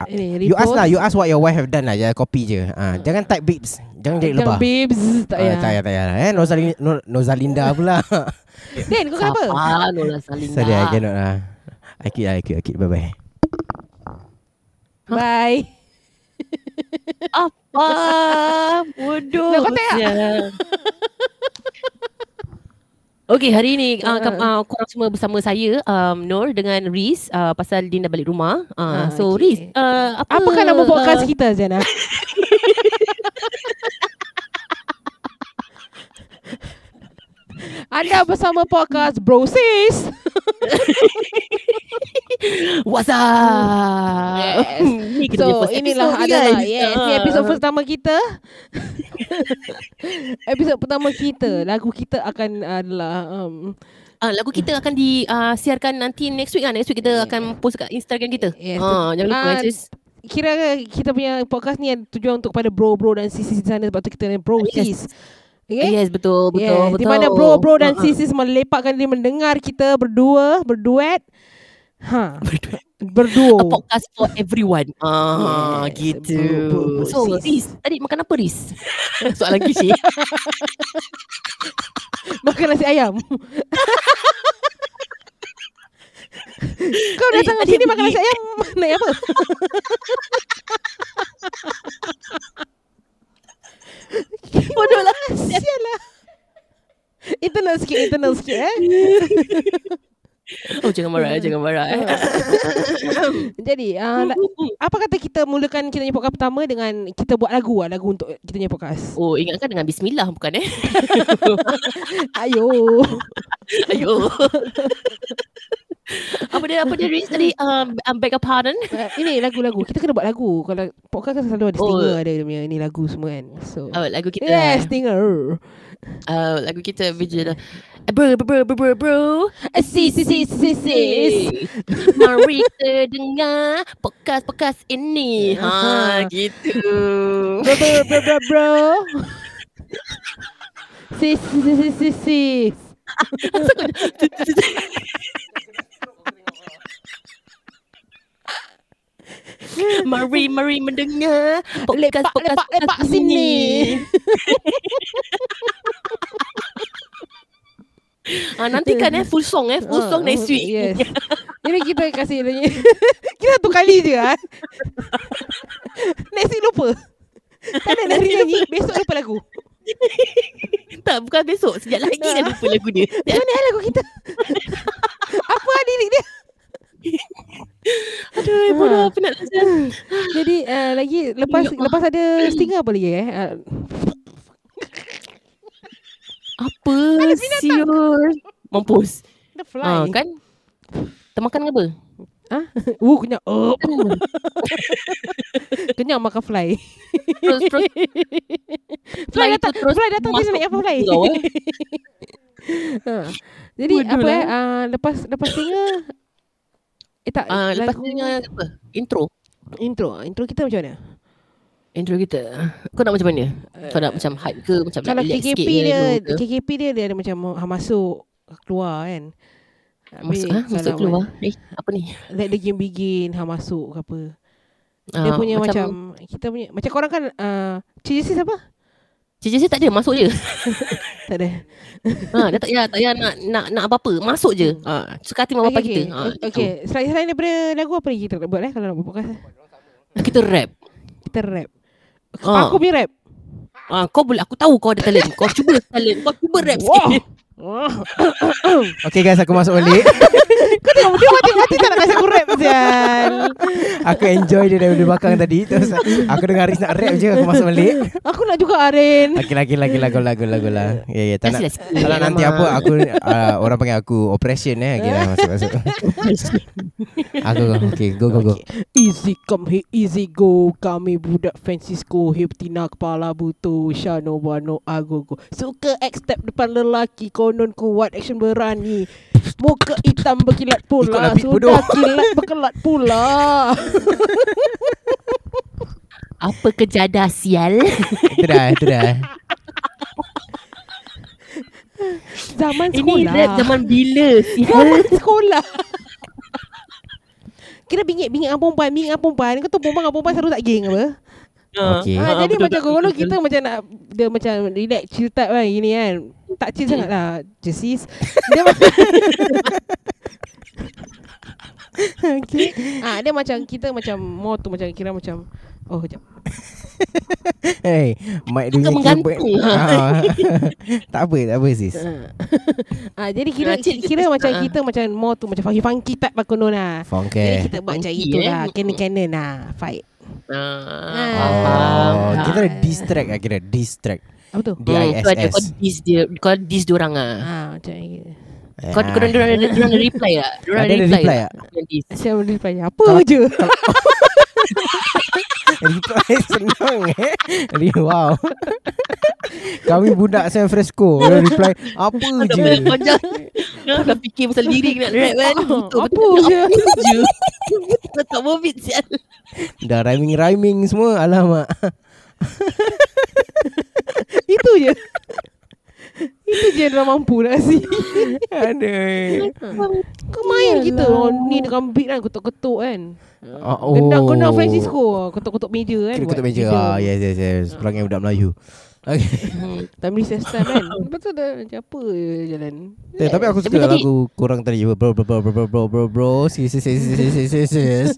S4: Ini,
S3: You ask
S4: repost.
S3: lah You ask what your wife have done lah Jangan copy je uh, Jangan type babes Jangan jadi
S4: Yang
S3: lebah
S4: babes Tak
S3: Ah,
S4: payah
S3: tak payah, tak payah. Eh, Nozalinda, Nor- Nozalinda pula.
S4: Dan kau kenapa?
S2: Safa Nola Salinda
S3: Sorry, I cannot lah. I quit, I quit, I quit. Bye-bye.
S4: Bye
S2: Apa Bodoh
S4: Nak kotak tak?
S2: sial. Okey hari ini uh,
S4: Ah.
S2: kam, uh, korang semua bersama saya um, Nur dengan Riz uh, pasal Dinda balik rumah. Uh,
S4: Ah,
S2: so
S4: okey.
S2: Riz uh, apa
S4: Apakah nama podcast
S2: uh,
S4: kita Zena? Anda bersama podcast Bro Sis
S2: What's up?
S4: Yes.
S2: Ni kita punya
S4: So
S2: first
S4: inilah
S2: episode ni,
S4: adalah
S2: guys.
S4: Yes Ini
S2: Ah.
S4: episod pertama kita Episod pertama kita Lagu kita akan adalah um,
S2: Ah, lagu kita akan disiarkan nanti next week lah. Next week kita akan post kat Instagram kita.
S4: Yes.
S2: Ah, jangan lupa
S4: Ah,
S2: guys. Riz.
S4: Kira kita punya podcast ni ada Tujuan untuk pada bro-bro dan sis-sis di sana Sebab tu kita ni Bro
S2: Yes.
S4: Sis Okay
S2: Yes, betul, betul,
S4: yeah,
S2: betul.
S4: Di mana bro-bro dan
S2: Ah, ah.
S4: sis-sis melepakkan diri mendengar kita berdua, berduet. Ha.
S2: Berduet. A
S4: Berduo.
S2: podcast for everyone. Ah,
S4: Yes,
S2: gitu.
S4: bro, bro,
S2: so,
S4: Oh, sis.
S2: Riz, tadi makan apa Riz? Soalan kisi.
S4: Makan nasi ayam. Kau datang
S2: Eh,
S4: ke
S2: tadi
S4: sini
S2: aku
S4: makan
S2: pergi-
S4: nasi ayam naik apa? Bodoh lah. Sial lah. Internal sikit, internal sikit eh.
S2: Oh, jangan marah,
S4: Hmm.
S2: jangan marah. Eh.
S4: Jadi, uh, la- apa kata kita mulakan kita punya podcast pertama dengan kita buat lagu lah, lagu untuk kita punya podcast.
S2: Oh, ingatkan dengan bismillah bukan eh?
S4: Ayo.
S2: Ayo. apa dia apa dia Riz tadi um, um, beg your pardon
S4: Uh, ini lagu-lagu. Kita kena buat lagu. Kalau podcast kan selalu ada
S2: Oh.
S4: stinger ada dia punya ni lagu semua kan. So.
S2: oh, lagu kita
S4: Yeah, stinger.
S2: uh, lagu kita bila bro bro bro bro bro
S4: Eh, Sis, sis, sis, sis, sis.
S2: Mari kita dengar podcast-podcast ini. Ha,
S4: Aha.
S2: gitu.
S4: Bro, bro, bro, bro, bro. Sis, sis, sis, sis, sis, sis.
S2: Mari mari mendengar
S4: Lepak,
S2: podcast-podcast
S4: lepak, lepak
S2: podcast
S4: sini.
S2: ini. Ah, nantikan eh full song eh full
S4: Ah,
S2: song next
S4: betul,
S2: week.
S4: Yes. Jadi kita kasih dia punya- Kita satu kali je ah. next week lupa. Tak ada hari nyanyi, besok lupa lagu.
S2: tak bukan besok sejak lagi dah lupa lagu dia.
S4: Macam mana eh, lagu kita? Apa ah lirik dia?
S2: Aduh, bodoh penat lah saya.
S4: Jadi uh, lagi lepas
S2: Ya Allah.
S4: lepas ada stinger apa lagi eh? Uh,
S2: Apa? Serius. Mampus.
S4: the
S2: Ah,
S4: fly.
S2: kan? Termakan ke apa?
S4: Wuh kenyang. Oh. kenyang makan fly.
S2: Terus terus
S4: Fly
S2: Fly
S4: datang,
S2: tu terus
S4: fly datang tu
S2: masuk
S4: naik apa fly.
S2: kau eh.
S4: Ha. Jadi
S2: Bodoh
S4: apa
S2: lah,
S4: eh uh, lepas lepas stinger Eh tak,
S2: Ah, lepas
S4: lagu-
S2: tu dengan apa? Intro.
S4: intro, Ah, intro kita macam mana?
S2: Intro kita. Kau nak macam mana? Kau nak macam hype ke macam nak
S4: Kalau
S2: relax sikit
S4: KKP
S2: ke,
S4: dia
S2: low ke?
S4: KKP dia dia ada macam ha, masuk keluar kan. Habis
S2: Masuk ah, masuk
S4: kalau
S2: keluar. Eh, apa ni?
S4: Let the game begin, ha masuk ke apa. Dia
S2: Ah,
S4: punya macam, kita punya macam korang kan uh, CJC siapa?
S2: Cik Cik tak ada, masuk je.
S4: Tak ada.
S2: ha, dia tak payah, tak payah nak, nak, nak apa-apa. Masuk je. Ha, suka hati mak bapak
S4: okay,
S2: kita. Ha,
S4: okay. okay. Selain, selain daripada lagu apa lagi kita nak buat eh kalau nak buat podcast? eh?
S2: gitu. Kita rap.
S4: Kita rap.
S2: Ah.
S4: Aku punya rap.
S2: Ha, kau boleh, aku tahu kau ada talent. Kau cuba talent. Kau cuba rap
S4: Wah.
S2: sikit.
S4: Wah.
S3: Okay guys aku masuk balik
S4: Kau tengok dia mati-mati tak nak kasi aku rap sial.
S3: Aku enjoy dia daripada belakang tadi Terus aku dengar Aris nak rap je Aku masuk balik lah,
S4: Aku nak juga Arin.
S3: Lagi lagi lagi lagu lagu lagu lah Ya ya tak nak
S2: Kasihlah sikit.
S3: Kalau nanti
S2: Alamak.
S3: apa Aku uh, Orang panggil aku Operation eh Okay lah masuk masuk Aku Okay go go go
S4: Easy come here, easy go Kami budak Francisco Hiptina kepala butuh Shano Wano Agogo Suka ekstep depan lelaki Konon kuat action berani Muka hitam berkilat pula
S3: Ikutlah beat bodoh.
S4: Sudah kilat berkelat pula
S2: Apa kejadah sial?
S3: Itu dah Itu dah
S4: Zaman
S2: Ini
S4: sekolah
S2: rap zaman bila sial?
S4: Zaman sekolah Kira bingit-bingit dengan perempuan Bingit dengan perempuan Kau tahu perempuan dengan perempuan Selalu tak geng apa
S3: Okay
S4: Ah,
S2: Ah,
S4: jadi
S2: betul,
S4: macam
S2: betul,
S4: kalau
S2: betul.
S4: kita macam nak dia macam relax chill type kan gini kan. Tak chill sangat lah Jessis. Dia macam okay. Ah dia macam kita macam more tu macam kira macam oh jap.
S3: Hey Mic dia
S2: Kau
S3: punya
S2: menggantung.
S3: keyboard. Ah. Tak apa tak apa sis
S4: Ah jadi kira
S2: Ah, chill
S4: kira
S2: Jessis.
S4: macam
S2: Ah.
S4: kita macam more tu macam funky funky type lah konon lah. Jadi
S3: Fongke
S4: kita buat macam
S2: Funky,
S4: itu
S2: eh.
S4: lah Canon canon lah Fight
S2: Ah,
S4: Faham.
S3: Oh, kita dah distract lah kira distract
S4: Apa tu?
S3: D I
S2: Hmm, kau ada
S3: S
S2: kau
S3: S.
S2: diss dia Kau diss diorang lah
S4: Ah macam gitu
S2: Kau kau orang orang orang ada reply tak? Diorang
S3: Ada Eh. reply tak?
S2: Kau diss.
S4: Saya boleh tanya Apa je
S3: Reply senang eh Re- Wow Kami budak San Francisco Dia Reply Apa
S2: Kau dah
S3: je
S2: boleh panjang. Kau dah fikir pasal lirik nak rap kan? Betul
S4: Apa
S2: betul.
S4: je?
S2: Apa je? Kau tak movit sial.
S3: Dah rhyming-rhyming semua Alamak
S4: Itu je Itu je yang dia mampu nak kasi
S3: Aduh
S4: Kau main kita oh, Ni dengan beat kan Ketuk-ketuk kan
S3: oh, oh.
S4: Gendang-gendang Francisco Ketuk-ketuk meja kan
S3: Kira
S4: buat
S3: kutuk meja ah, Yes yes yes Pelanggan budak Melayu okay.
S4: Time recess time kan Lepas tu dah Macam apa je jalan
S3: Eh, Tapi aku
S2: Tapi
S3: suka
S2: tadi-
S3: lagu korang tadi Bro bro bro bro bro bro bro bro Sis sis sis sis sis sis sis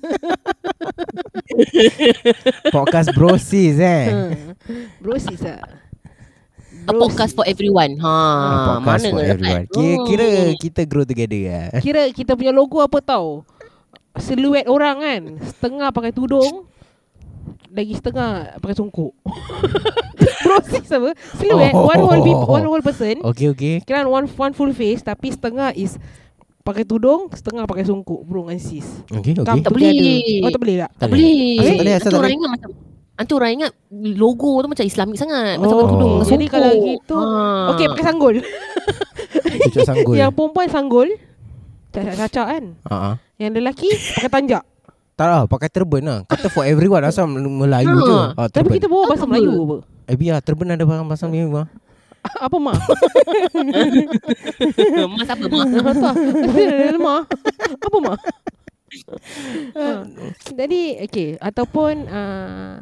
S3: Podcast bro sis
S2: Hmm.
S3: eh
S4: Ha. Bro sis lah
S2: A
S4: Bro
S2: Ah, podcast
S4: sis.
S2: for everyone. Ha,
S3: Ah, Podcast
S2: mana kan?
S3: for
S2: dapat? Hmm?
S3: everyone Kira, kira
S2: Oh.
S3: kita grow together lah
S4: Kira kita punya logo apa tau Siluet orang kan Setengah pakai tudung Lagi setengah pakai songkok Bro sis apa Siluet
S3: Oh.
S4: One whole peop- one whole person
S3: Okay okay
S4: Kira one one full face tapi setengah is pakai tudung, setengah pakai songkok, bro dengan sis.
S3: Okay okay
S4: Come
S2: Tak
S4: together.
S2: boleh.
S4: Oh tak boleh tak?
S2: Tak boleh.
S3: Asal tak boleh, asal
S2: Nanti
S3: tak
S2: orang
S3: boleh.
S2: ingat macam Nanti orang ingat logo tu macam Islamik sangat. Macam
S4: Oh.
S2: orang tudung. dengan
S4: Jadi
S2: songkok.
S4: kalau gitu,
S2: Ha.
S4: Okay pakai sanggol.
S3: Cucuk sanggul
S2: Ya.
S4: Yang perempuan sanggol. Caca-caca kan.
S3: uh-uh.
S4: Yang lelaki pakai tanjak.
S3: Tak lah pakai turban lah Kata for everyone Asal Melayu
S2: Ha,
S3: je ah,
S4: Tapi
S3: turban.
S4: kita bawa bahasa
S2: Apa?
S4: Melayu apa?
S3: Eh biar turban ada barang pasal ni mah.
S4: apa ma?
S2: Mas apa mas?
S4: Tak tahu. Dia ada lemah. Apa Ah. ma? Ha. Jadi okay ataupun uh,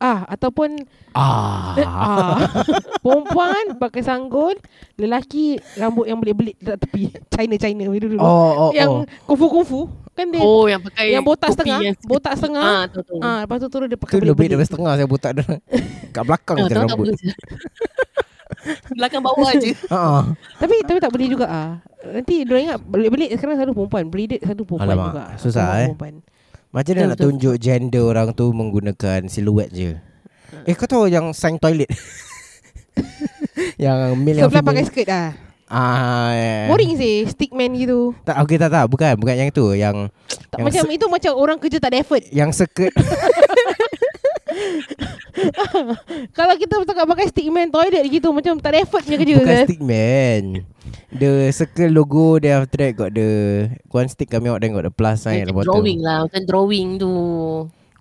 S4: ah ataupun
S3: Ah.
S4: ah. perempuan pakai sanggul, lelaki rambut yang belit-belit dekat tepi. China-China dulu.
S3: Oh, oh, oh.
S4: yang kufu-kufu kan dia
S2: Oh yang pakai
S4: yang botak
S2: topi
S4: setengah,
S2: yang-
S4: botak setengah.
S2: Ah, tahu tahu.
S4: Ah, lepas tu turun dia pakai
S3: Tu lebih
S4: belit-belit.
S3: daripada setengah saya botak dia. Kat belakang
S2: Ah,
S3: macam
S2: tahu tak
S3: rambut.
S2: boleh. Belakang bawah aje.
S3: Ha ah.
S4: Tapi tapi tak boleh juga ah. Nanti dia ingat belit-belit sekarang selalu perempan, belit selalu perempan
S3: Alamak,
S4: juga.
S3: susah, eh.
S4: Perempuan.
S3: Macam mana
S2: Betul,
S3: nak
S2: betul.
S3: tunjuk gender orang tu menggunakan siluet je. Eh kau tahu yang sign toilet. yang male yang
S4: Sebelah
S3: female.
S4: pakai skirt
S3: Eh.
S4: ah.
S3: Ah. eh.
S4: Boring sih stickman gitu.
S3: Tak okey tak tak bukan bukan yang tu yang
S4: Tak,
S3: Yang
S4: macam
S3: se-
S4: itu macam orang kerja tak ada effort.
S3: yang sekut.
S4: Kalau kita cakap pakai stickman toilet gitu macam tak ada effort punya kerja.
S3: Bukan
S4: kan?
S3: stick man The circle logo Then after that got the One stick coming out Then got the plus sign at the
S2: Macam
S3: bottom
S2: drawing lah, macam drawing tu.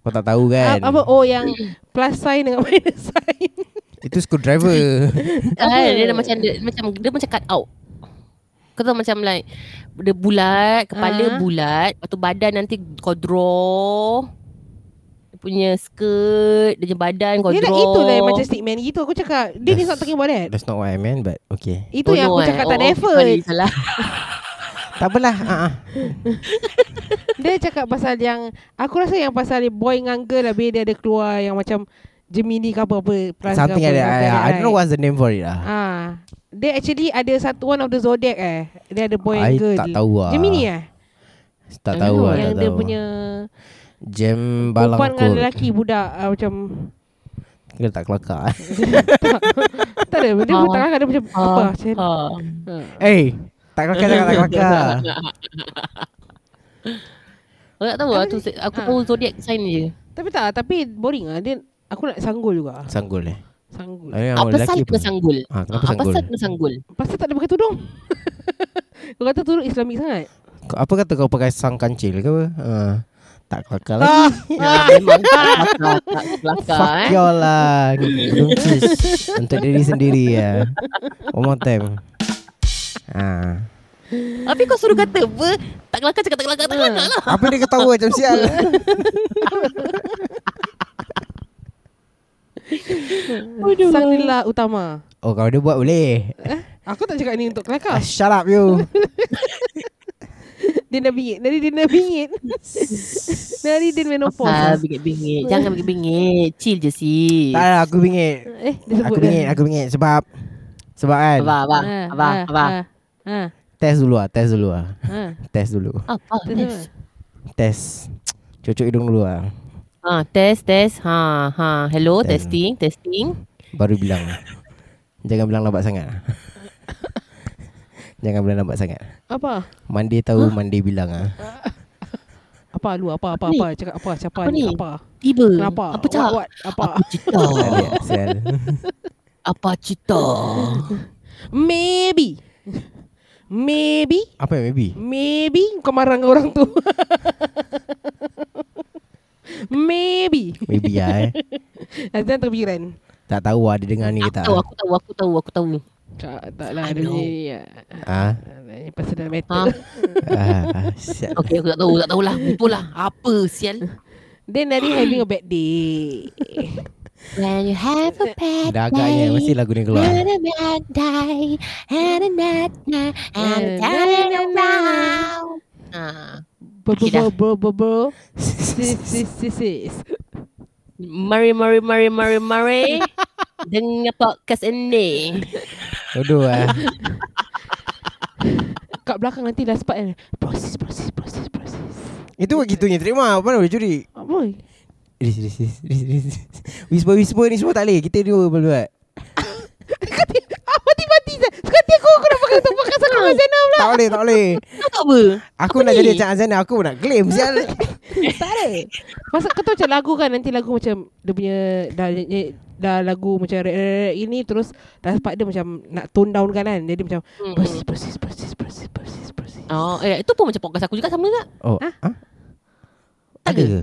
S3: Kau tak tahu kan
S4: Apa, apa oh yang plus sign dengan minus sign.
S3: Itu screwdriver
S2: Ah, dia dah macam dia, macam dia macam cut out. Kau tahu macam like dia bulat, kepala
S4: Ah.
S2: bulat, lepas tu badan nanti kau draw. Dia punya skirt, dia punya badan kau
S4: Dia
S2: draw.
S4: nak Ya, itulah yang macam stickman gitu aku cakap. Dia ni
S3: That's-
S4: not talking about that.
S3: That's not what I meant But okay
S4: Itu yang
S2: Tolong,
S4: aku cakap
S2: eh.
S4: tak ada
S2: Oh,
S4: effort.
S2: sorry, Salah.
S3: Tak apalah ah, ah.
S4: Dia cakap pasal yang Aku rasa yang pasal boy dengan girl Habis dia ada keluar yang macam Gemini ke apa-apa plus ke
S3: Something
S4: apa,
S3: ada I,
S4: something
S3: I
S4: like that,
S3: don't know
S4: right?
S3: what's the name for it lah
S4: ah, Dia actually ada satu One of the zodiac eh Dia ada boy
S3: I
S4: and girl
S3: tak tahu lah.
S4: Gemini eh
S3: Tak
S2: I
S3: tahu
S2: don't know
S3: lah
S4: Yang
S3: tak
S4: dia
S3: tahu.
S4: punya
S3: Jam
S4: Perempuan dengan
S3: balangkut
S4: lelaki budak ah, Macam
S3: Kena tak kelakar eh.
S4: Tak ada Dia
S2: Ah.
S4: pun tak kakak Dia macam apa macam-
S2: Ha.
S3: Eh Tak kelakar jangan tak kelakar
S2: Aku tak tahu lah tu Aku
S4: Ah.
S2: tahu zodiac sign je
S4: Tapi tak Tapi boring lah Dia Aku nak sanggul juga
S3: Sanggul eh
S4: Sanggul
S3: Ada yang
S2: Apa
S3: lelaki
S2: sign
S3: pun.
S2: kena sanggul
S3: Ah, Kenapa
S2: Apa
S3: sanggul
S2: sign kena sanggul
S4: Pasal tak ada pakai tudung Kau kata tudung islamik sangat
S3: Kau- Apa kata kau pakai sang kancil ke apa Ah, Tak kelakar lagi
S4: Ah,
S2: Ya, memang tak kelakar, tak kelakar
S3: Fuck
S2: eh.
S3: you lah Belum kiss Untuk diri sendiri ya One more time ah.
S2: Tapi kau suruh kata apa? Tak kelakar cakap tak kelakar, tak kelakar lah.
S3: Apa dia ketawa macam sial
S4: Sang nila utama
S3: Oh kalau dia buat boleh
S4: Aku tak cakap ni untuk
S3: ah,
S4: kelakar
S3: Shut up you
S4: Dia dah bingit Dari dia dah bingit Dari dia
S2: Ah,
S4: menopause
S2: bingit-bingit. Jangan bingit-bingit. Chill je si.
S3: Tak lah aku bingit
S4: Eh dia sebut
S3: Aku bingit Aku bingit sebab Sebab kan
S2: Abah, abah, abah, abah.
S4: Ha
S3: Test dulu lah Test dulu lah
S4: Ha
S3: Test dulu
S2: Apa?
S4: Terus
S3: Test Cucuk hidung dulu lah
S2: Ha, test, test. Ha, ha. Hello,
S3: Test.
S2: testing, testing.
S3: Baru bilang Jangan bilang lambat sangat Jangan bilang lambat sangat
S4: Apa
S3: Mandi tahu Mandi bilang ah.
S4: Apa lu apa
S2: Apa
S4: apa
S2: ni?
S4: apa Cakap apa siapa
S2: Apa
S4: ni
S2: ni?
S4: Apa
S2: Tiba.
S4: Kenapa
S2: Apa cak?
S4: What, what? Apa
S2: Apa cita?
S3: Tak ada sial
S2: Apa cita?
S4: Maybe Maybe
S3: Apa yang maybe
S4: Maybe Kau marah dengan orang tu Maybe
S3: Maybe lah eh
S4: Azan terpikiran
S3: Tak tahu lah dia dengar ni ke tak
S2: Aku tahu, aku tahu, aku tahu, aku tahu.
S4: Tak tak lah
S2: I
S4: Dia
S2: know.
S4: punya
S3: ha?
S4: Ini personal
S2: Ha.
S4: matter
S3: ah, sial.
S2: Okay, aku tak tahu, tak tahulah. Itulah. Apa sial?
S4: Then Nari having a bad day
S2: When you have a bad
S3: Dah agaknya Mesti lagu ni keluar
S2: And a mad day, and a mad night, and
S4: Kan?
S2: a turning around. Ah,
S4: Bro bro
S2: Okay, dah.
S4: bro bro bro Sis sis sis sis
S2: mari mari mari mari mari dengan podcast ini.
S3: Bodoh lah
S4: Kat belakang nanti last part kan Proses proses proses proses
S3: Itu begitunya terima Mana boleh curi
S4: Apa
S3: Ris ris ris ris ris Whisper whisper ni semua tak boleh Kita dua boleh buat
S4: Apa tiba-tiba Sekarang aku aku nak pakai topeng kasar kau macam mana pula
S3: Tak boleh tak boleh
S2: Kau tak apa?
S3: Aku
S2: Apa
S3: nak
S2: ni?
S3: jadi macam Azana Aku nak claim sial
S4: Tak ada Masa kau tahu macam lagu kan Nanti lagu macam Dia punya Dah, eh, dah lagu macam re- re- re- Ini terus Last part dia macam Nak tone down kan kan Jadi macam
S2: Mm-mm.
S4: Proses proses proses proses proses proses
S2: Oh, eh, itu pun macam podcast aku juga sama tak?
S3: Oh
S4: Ah?
S3: ha?
S2: Tak
S3: Ada ke?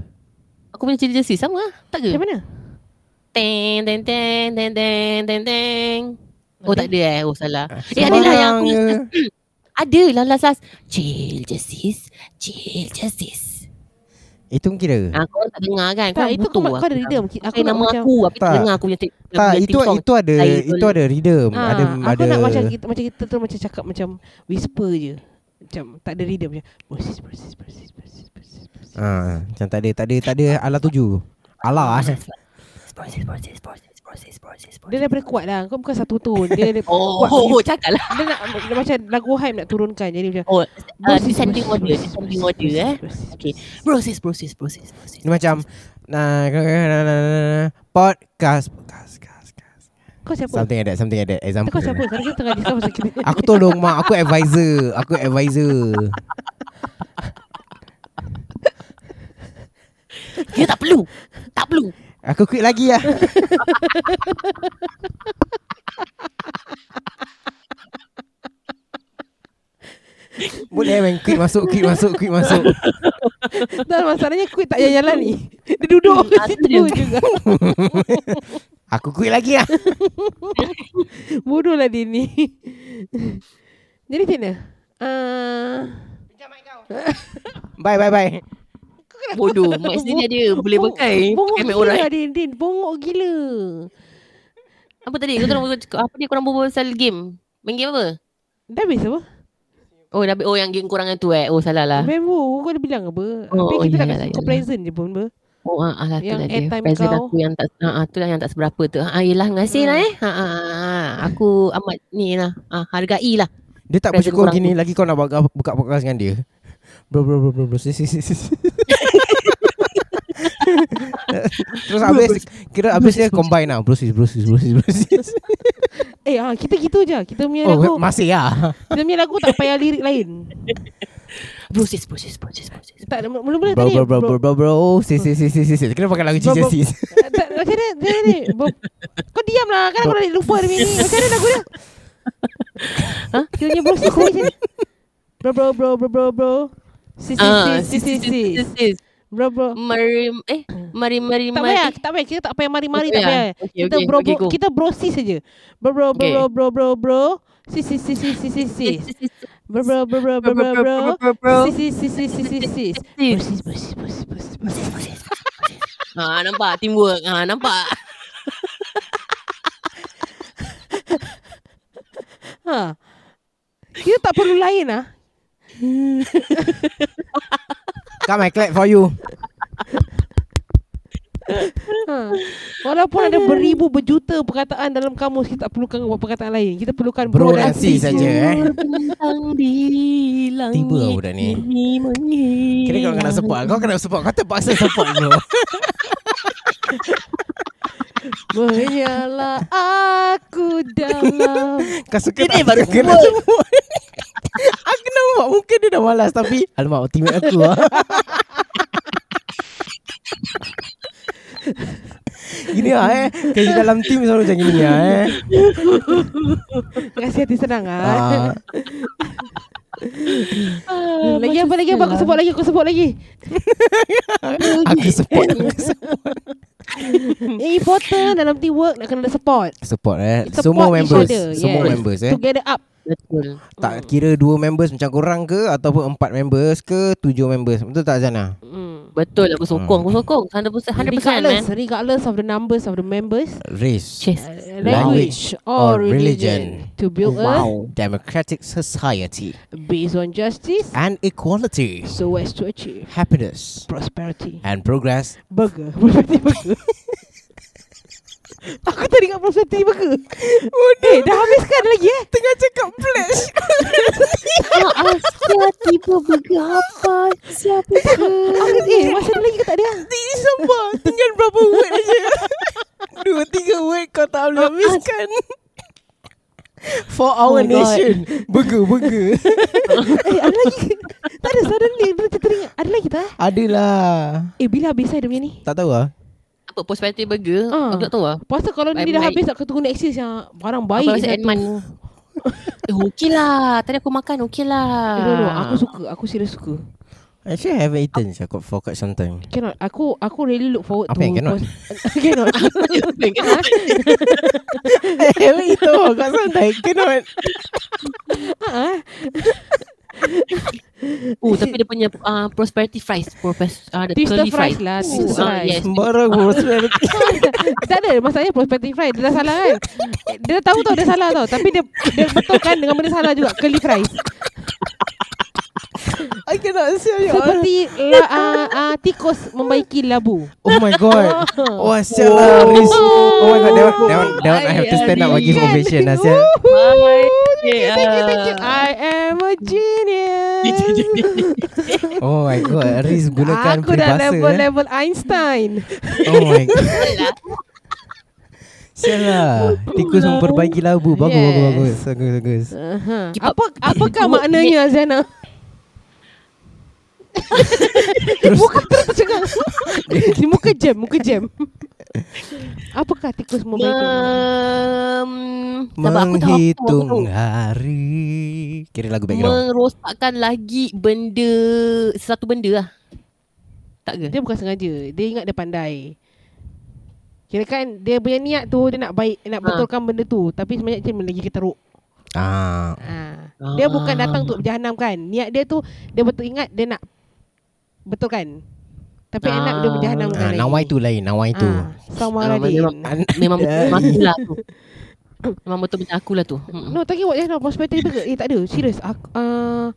S2: Aku punya ciri jersey sama lah. Tak ke?
S4: Macam mana?
S2: Teng teng teng teng teng teng teng. Oh tak ada eh. Oh salah. Eh ada lah
S3: Sembarang
S2: yang aku
S3: je.
S2: ada lah lah sas. Chill justice, chill justice.
S3: Itu kira
S2: Ah, kau tak dengar kan? Kau itu tu.
S4: aku,
S2: ah.
S4: kau ada rhythm Ki-
S2: Aku
S4: Aku nak
S2: nama
S4: macam
S2: aku Tapi tak
S3: Tak.
S2: dengar aku punya take,
S3: Tak itu itu ada
S2: Saya
S3: itu
S2: boleh.
S3: ada rhythm
S4: Ah,
S3: ada
S4: Aku
S3: ada
S4: nak macam kita Macam kita tu macam cakap Macam whisper je Macam tak ada rhythm Macam Persis persis persis persis persis persis.
S3: Ah, macam tak ada tak ada tak ada ala tuju. Ala eh.
S4: Dia daripada kuat lah Kau bukan satu tone Dia daripada
S2: Oh,
S4: kuat
S2: oh, oh cakap lah
S4: Dia nak dia macam Lagu hype nak turunkan Jadi macam
S2: Oh, uh,
S4: persis,
S2: descending
S4: persis,
S2: order
S4: persis,
S2: Descending
S4: persis,
S2: order
S4: persis,
S2: eh
S4: persis,
S2: Okay
S4: persis.
S2: Proses, proses, proses, proses
S3: Ini macam nah nah, nah, nah, nah, nah, podcast podcast podcast.
S4: Kau siapa?
S3: Something lah. like that, something like that.
S4: Tu
S3: Example.
S4: Kau siapa? Sekarang kita tengah discuss pasal kita
S3: Aku tolong mak, aku advisor, aku advisor.
S2: Dia tak perlu Tak perlu
S3: Aku quit lagi lah. Boleh main quit masuk, quit masuk, quit masuk.
S4: Dan masalahnya kuit tak payah jalan ni Dia duduk
S2: Hmm,
S4: kat
S2: ada
S4: situ
S2: dia.
S4: juga
S3: Aku quit lagi lah.
S4: Bodoh lah dia ni Jadi Tina uh,
S3: Bye, bye, bye.
S2: Bodoh Mak sendiri ada Boleh pakai
S4: Bongok
S2: Pakai mic
S4: gila
S2: orang eh.
S4: dia, dia Bongok gila
S2: Apa tadi Kau tolong aku cakap Apa dia korang berbual pasal game Main game apa
S4: Dah habis apa?
S2: Oh dah Oh yang game korang yang tu eh Oh salah lah
S4: Membo Kau dah ya, bilang apa?
S2: Oh,
S4: Habis
S2: oh,
S4: kita
S2: iyalah,
S4: nak
S2: iyalah.
S4: kau present je pun ber.
S2: Oh ah, ah lah tu
S4: Yang
S2: lah dia.
S4: airtime
S2: Present
S4: kau.
S2: aku yang tak ah, ah, tu lah yang tak seberapa tu. Ah yelah ngasih lah
S4: Hmm.
S2: eh. Ah, ah, ah, ah, aku amat ni lah. Ah hargai lah.
S3: Dia tak
S2: Present
S3: bersyukur
S2: kurang.
S3: gini lagi kau nak buka, buka podcast dengan dia. Bro bro bro bro bro. Sis, sis, sis. Terus habis kira habis dia combine lah. Bro sis bro sis bro sis bro sis.
S4: Eh ah, kita gitu je Kita punya
S3: Oh
S4: lagu
S3: masih ya.
S4: Kita punya lagu tak payah lirik lain
S2: Brusis brusis brusis brusis.
S4: Tak mula-mula
S3: Bro
S4: tadi
S3: bro bro bro bro bro. Sis sis sis sis sis. Kena pakai lagu
S4: Bro,
S3: sis
S4: bro.
S3: sis.
S4: Tak, tak, Macam mana Macam mana ni? Bo- Kau diam lah Kan aku dah lupa hari ni Macam mana lagu dia Ha? Dia punya bro sis tadi macam mana? Bro bro bro bro bro bro Si si
S2: Ah
S4: si si si si
S2: sis.
S4: Bro bro
S2: Mari eh mari mari
S4: tak
S2: mari.
S4: payah, tak payah. Kita tak payah mari-mari
S2: Tak
S4: tak
S2: payah.
S4: payah.
S2: Okey,
S4: Kita
S2: okey,
S4: bro
S2: okey,
S4: bro,
S2: go.
S4: kita bro sis saja. Bro bro
S2: Okey.
S4: bro bro bro bro. Si si si si si si si.
S2: Sis, sis, sis,
S4: Bro bro bro bro bro bro bro. Si si si si si si si.
S2: sis.
S4: Bro sis bro sis bro sis bro sis, bro sis. bro sis.
S2: Ah nampak teamwork. Ah nampak.
S4: Ha. Kita tak perlu lain ah.
S3: Come I clap for you.
S4: Ha. Walaupun ada beribu berjuta perkataan dalam kamus kita tak perlukan buat perkataan lain. Kita perlukan
S3: Bro dan sis saja eh.
S2: Bintang di langit.
S3: Tiba lah budak ni.
S2: ini menghilang.
S3: Kira kau kena support. Kau kena support. Kau terpaksa support bro.
S4: Menyala aku dalam.
S3: Kau suka
S2: Ini
S3: tak
S2: baru
S3: suka, kena support. Aku nak buat mungkin dia dah malas tapi alamak ultimate aku ah. Gini lah eh Kerja dalam tim selalu macam gini lah eh
S4: Kasih hati senang
S3: ah,
S4: ah.
S2: Ah,
S4: Lagi apa
S2: macam
S4: lagi
S2: tu
S4: apa kau
S2: lah.
S4: sebut lagi kau sebut lagi.
S3: Aku support aku support.
S4: Yang important dalam teamwork nak kena ada support.
S3: Support eh
S4: Support
S3: Semua
S4: each
S3: members
S4: other,
S3: Semua
S4: yes.
S3: members eh
S4: Together up.
S2: Betul.
S3: Tak kira dua members macam korang ke Ataupun empat members ke Tujuh members Betul tak Zana?
S4: Mm.
S2: Betul lah, aku sokong.
S3: Hmm.
S2: Aku sokong 100% 100% man.
S4: regardless, regardless of the numbers of the members,
S3: Race
S2: Cheers.
S4: uh,
S3: Language
S4: language
S3: or
S4: or religion,
S3: religion.
S4: to build wow.
S3: Wow Democratic society
S4: a based on justice
S3: And equality
S4: so as to achieve
S3: happiness
S4: prosperity.
S3: and progress.
S4: Burger. Prosperity burger. Aku tadi ingat prosperity burger. Eh, dah habiskan lagi eh.
S3: Tengah cakap flash.
S2: Ah, Asia tiba burger apa? Siapa tu?
S4: Aku, eh, masa ada lagi ke tak ada?
S3: Ini sabar. Tinggal berapa word aja. Dua, tiga word kau tak boleh habiskan. For our
S4: Oh my God.
S3: nation. Burger, burger.
S4: Eh, ada lagi ke? Tak ada, suddenly. Bila kita teringat. Ada lagi tak? eh?
S3: Adalah.
S4: Eh, bila habis saya dia punya ni?
S3: Tak tahu ah. lah.
S2: Apa prosperity burger?
S4: Ah.
S2: Aku tak tahu lah.
S4: Pasal kalau ni
S2: Baik-baik.
S4: dah habis, aku tunggu next year yang barang
S2: Baik.
S4: baik. lah
S2: Aku rasa Edman. Eh, okey lah. Tadi aku makan okey lah.
S4: Eh, no, no, aku suka. Aku serius suka.
S3: Actually, I haven't eaten sia, kot- for quite some time.
S4: Cannot. Aku aku really look forward
S3: Apa
S4: to
S3: yang cannot?
S4: pos- cannot.
S3: I haven't
S4: Ha,
S3: eaten for quite some time. Cannot.
S4: Ah.
S2: Oh, tapi dia punya uh, prosperity fries, propes, uh, the
S4: Twister
S2: curly
S4: fries
S2: fries.
S4: lah
S2: Oh,
S4: Twister
S2: ah,
S4: fries
S2: yes.
S3: Sembarang bro
S4: Tak ada Masalahnya prospective fries Dia dah salah kan Dia dah tahu tau Dia salah tau Tapi dia Dia betulkan dengan benda salah juga Curly fries
S5: I cannot see you.
S3: ya
S4: Seperti la, uh, uh, Tikus membaiki labu
S3: Oh my god Oh sial lah please Oh my god That one, that one, that one I have to stand up and give ovation lah sial
S2: Bye.
S4: Thank you thank you I am a genius
S3: Oh my god Riz gunakan
S4: Aku dah
S3: peribahasa, eh.
S4: level-level Einstein
S3: Oh my god Sial lah Tikus memperbaiki labu Bagus bagus
S4: Yes.
S3: bagus Bagus bagus
S4: uh-huh.
S2: Keep up.
S4: Apa Apakah maknanya Azana Muka terus tercengang Dia muka jam Muka jam Apakah tikus membaiki labu
S2: Mem... Sabar, aku tak hafal
S3: Menghitung
S2: lagu.
S3: hari Kira lagu background
S2: Merosakkan lagi benda Satu benda lah Tak ke?
S4: Dia bukan sengaja Dia ingat dia pandai Kira kan dia punya niat tu dia nak baik nak
S2: Ha.
S4: betulkan benda tu tapi sebenarnya dia lagi keteruk.
S3: Ah,
S4: Ha. Dia bukan datang untuk jahanam kan. Niat dia tu dia betul ingat dia nak betulkan. Tapi
S2: Ah.
S4: anak dia berjahanam
S3: ah Nawai tu lain Nawai tu
S4: Ah, Sama
S2: Ah,
S4: Radin.
S2: memang- Memang betul aku lah tu Memang betul macam aku lah tu Mm-mm.
S4: No, talking about jahanam perspektif tu ke? Eh, tak ada. Serius. Aku, uh,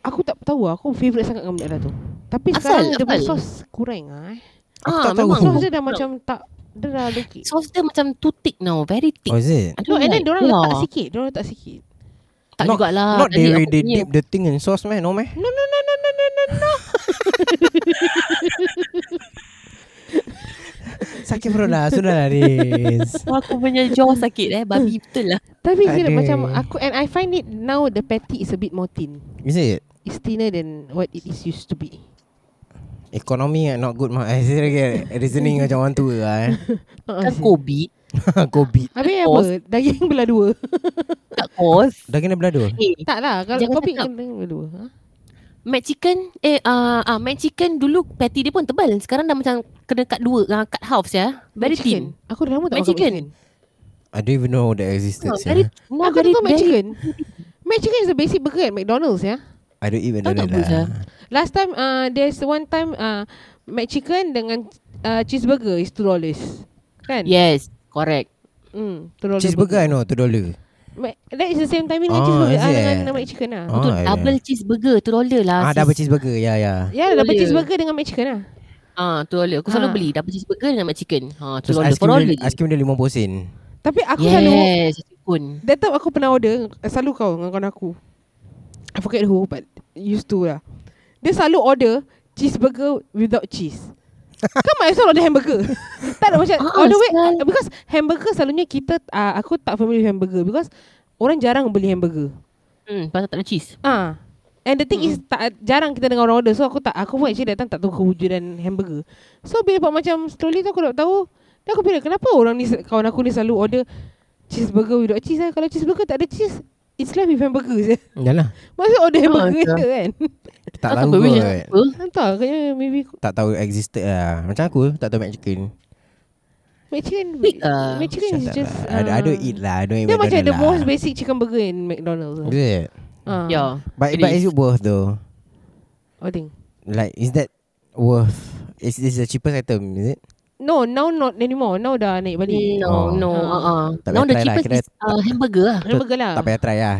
S4: aku tak tahu. Aku favourite sangat dengan benda lah tu. Tapi
S2: Asal,
S4: sekarang dia punya
S2: asal?
S4: sos kurang ah. Eh.
S3: Aku
S2: Ah,
S3: tak tahu.
S2: memang.
S4: Sos dia dah macam tak dia dah lekit.
S2: Sauce dia macam too thick now Very thick
S3: Oh is it?
S2: I don't
S4: No, and then
S2: like.
S4: diorang
S2: Ya,
S4: letak sikit. Diorang letak sikit.
S2: Tak
S3: Not-
S2: jugalah
S3: Not
S2: Tadi
S3: they,
S2: Ah, aku
S3: they
S2: punya-
S3: dip the thing in sauce meh No meh
S4: No, no, no, no, no, no, no, no.
S3: Sakit perut lah Sudah lah Riz
S2: Aku punya jaw sakit eh Babi betul lah
S4: Tapi
S3: Tak
S4: kira
S3: ada.
S4: macam aku and I find it now the patty is a bit more thin.
S3: Is it?
S4: It's thinner than what it is used to be.
S3: Ekonomi not good mah. Eh, saya lagi reasoning macam orang tua lah eh.
S4: Oh,
S2: Kan COVID
S3: Covid.
S4: Uh-uh. Habis apa? Daging belah dua.
S2: Tak kos
S3: Dah kena beradu.
S2: Eh
S4: tak lah. Kalau
S2: Jangan
S4: kopi
S2: cakap.
S4: kena belah dua. Ha?
S2: Mac chicken Eh ah uh, uh, Mac chicken dulu Patty dia pun tebal Sekarang dah macam Kena cut dua uh, Cut half ya Very
S4: Mac chicken.
S2: thin
S4: Aku dah lama tak
S2: Mac
S4: makan
S2: chicken.
S3: I don't even know that
S2: No,
S3: existed.
S2: very,
S3: sia.
S2: no,
S4: Aku
S2: very,
S4: tak tahu Mac
S2: very-
S4: chicken. Mac chicken is the basic burger at McDonald's ya.
S3: I don't even
S2: Tahu
S3: know
S2: tak
S3: that
S2: apa, sia?
S3: lah.
S4: Last time uh, there's one time uh, Mac chicken dengan uh, cheeseburger is $2. Kan?
S2: Yes Correct
S4: Mm, $2
S3: Cheeseburger I know $2. dollar.
S4: Mac, that is the same timing
S3: Ah,
S4: dengan
S3: is
S4: cheeseburger ah,
S3: it?
S4: dengan, dengan Mac chicken lah.
S3: Ah,
S2: Tu
S3: ya.
S2: double cheeseburger Tu dollar lah
S3: Ah,
S2: sis.
S3: double cheeseburger. Ya, ya.
S4: Ya, yeah, double
S2: Boleh.
S4: cheeseburger dengan Mac chicken lah.
S2: Ah, tu dollar. Aku selalu
S4: Ah.
S2: beli double cheeseburger dengan mac chicken. Ha, tu
S3: Terus
S2: dollar
S3: ice
S2: per
S3: cream
S2: dollar.
S3: dia, ice cream dia 50 sen.
S4: Tapi aku yeah. selalu
S2: Yes, ice pun.
S4: That time aku pernah order Selalu kau dengan kawan aku I forget who But used to lah Dia selalu order Cheeseburger without cheese Kan might as well order hamburger Tak ada macam
S2: Ah,
S4: All the way
S2: sial.
S4: Because hamburger selalunya kita uh, Aku tak familiar with hamburger Because Orang jarang beli hamburger
S2: Hmm, pasal tak ada cheese.
S4: Ah, And the thing mm. is tak jarang kita dengar orang order so aku tak aku pun actually datang tak tahu kewujudan hamburger. So bila buat macam slowly tu aku dah tahu dan aku bila kenapa orang ni kawan aku ni selalu order cheeseburger without cheese lah. Kalau cheeseburger tak ada cheese it's left with hamburger je.
S3: Yalah.
S4: Masa order hamburger
S2: betul.
S4: je kan.
S3: Tak
S2: Kau
S3: tahu
S2: sampai wish
S3: kot.
S2: apa?
S4: Entah kayaknya maybe
S3: Tak tahu existed lah. Macam aku tak tahu mac chicken.
S4: Mexican
S2: Quick lah.
S4: Mexican is
S3: Shut up
S4: just ah.
S3: lah. I, I don't eat lah. I don't eat
S4: Dia macam the
S3: McDonald's
S4: most
S3: lah.
S4: basic chicken burger in McDonald's. lah.
S3: Is it?
S4: Ah.
S2: Ya.
S3: But, but is it worth though?
S4: I think.
S3: Like, is that worth? Is this the cheapest item? Is it?
S4: No, now not anymore. Now dah naik balik.
S2: No, no.
S4: Ah.
S2: Ah, ah.
S3: Oh. Tak
S2: Now
S3: payah
S2: the
S3: try lah,
S2: cheapest
S3: kira
S2: is uh, hamburger lah.
S4: Hamburger lah.
S3: Tak payah try lah.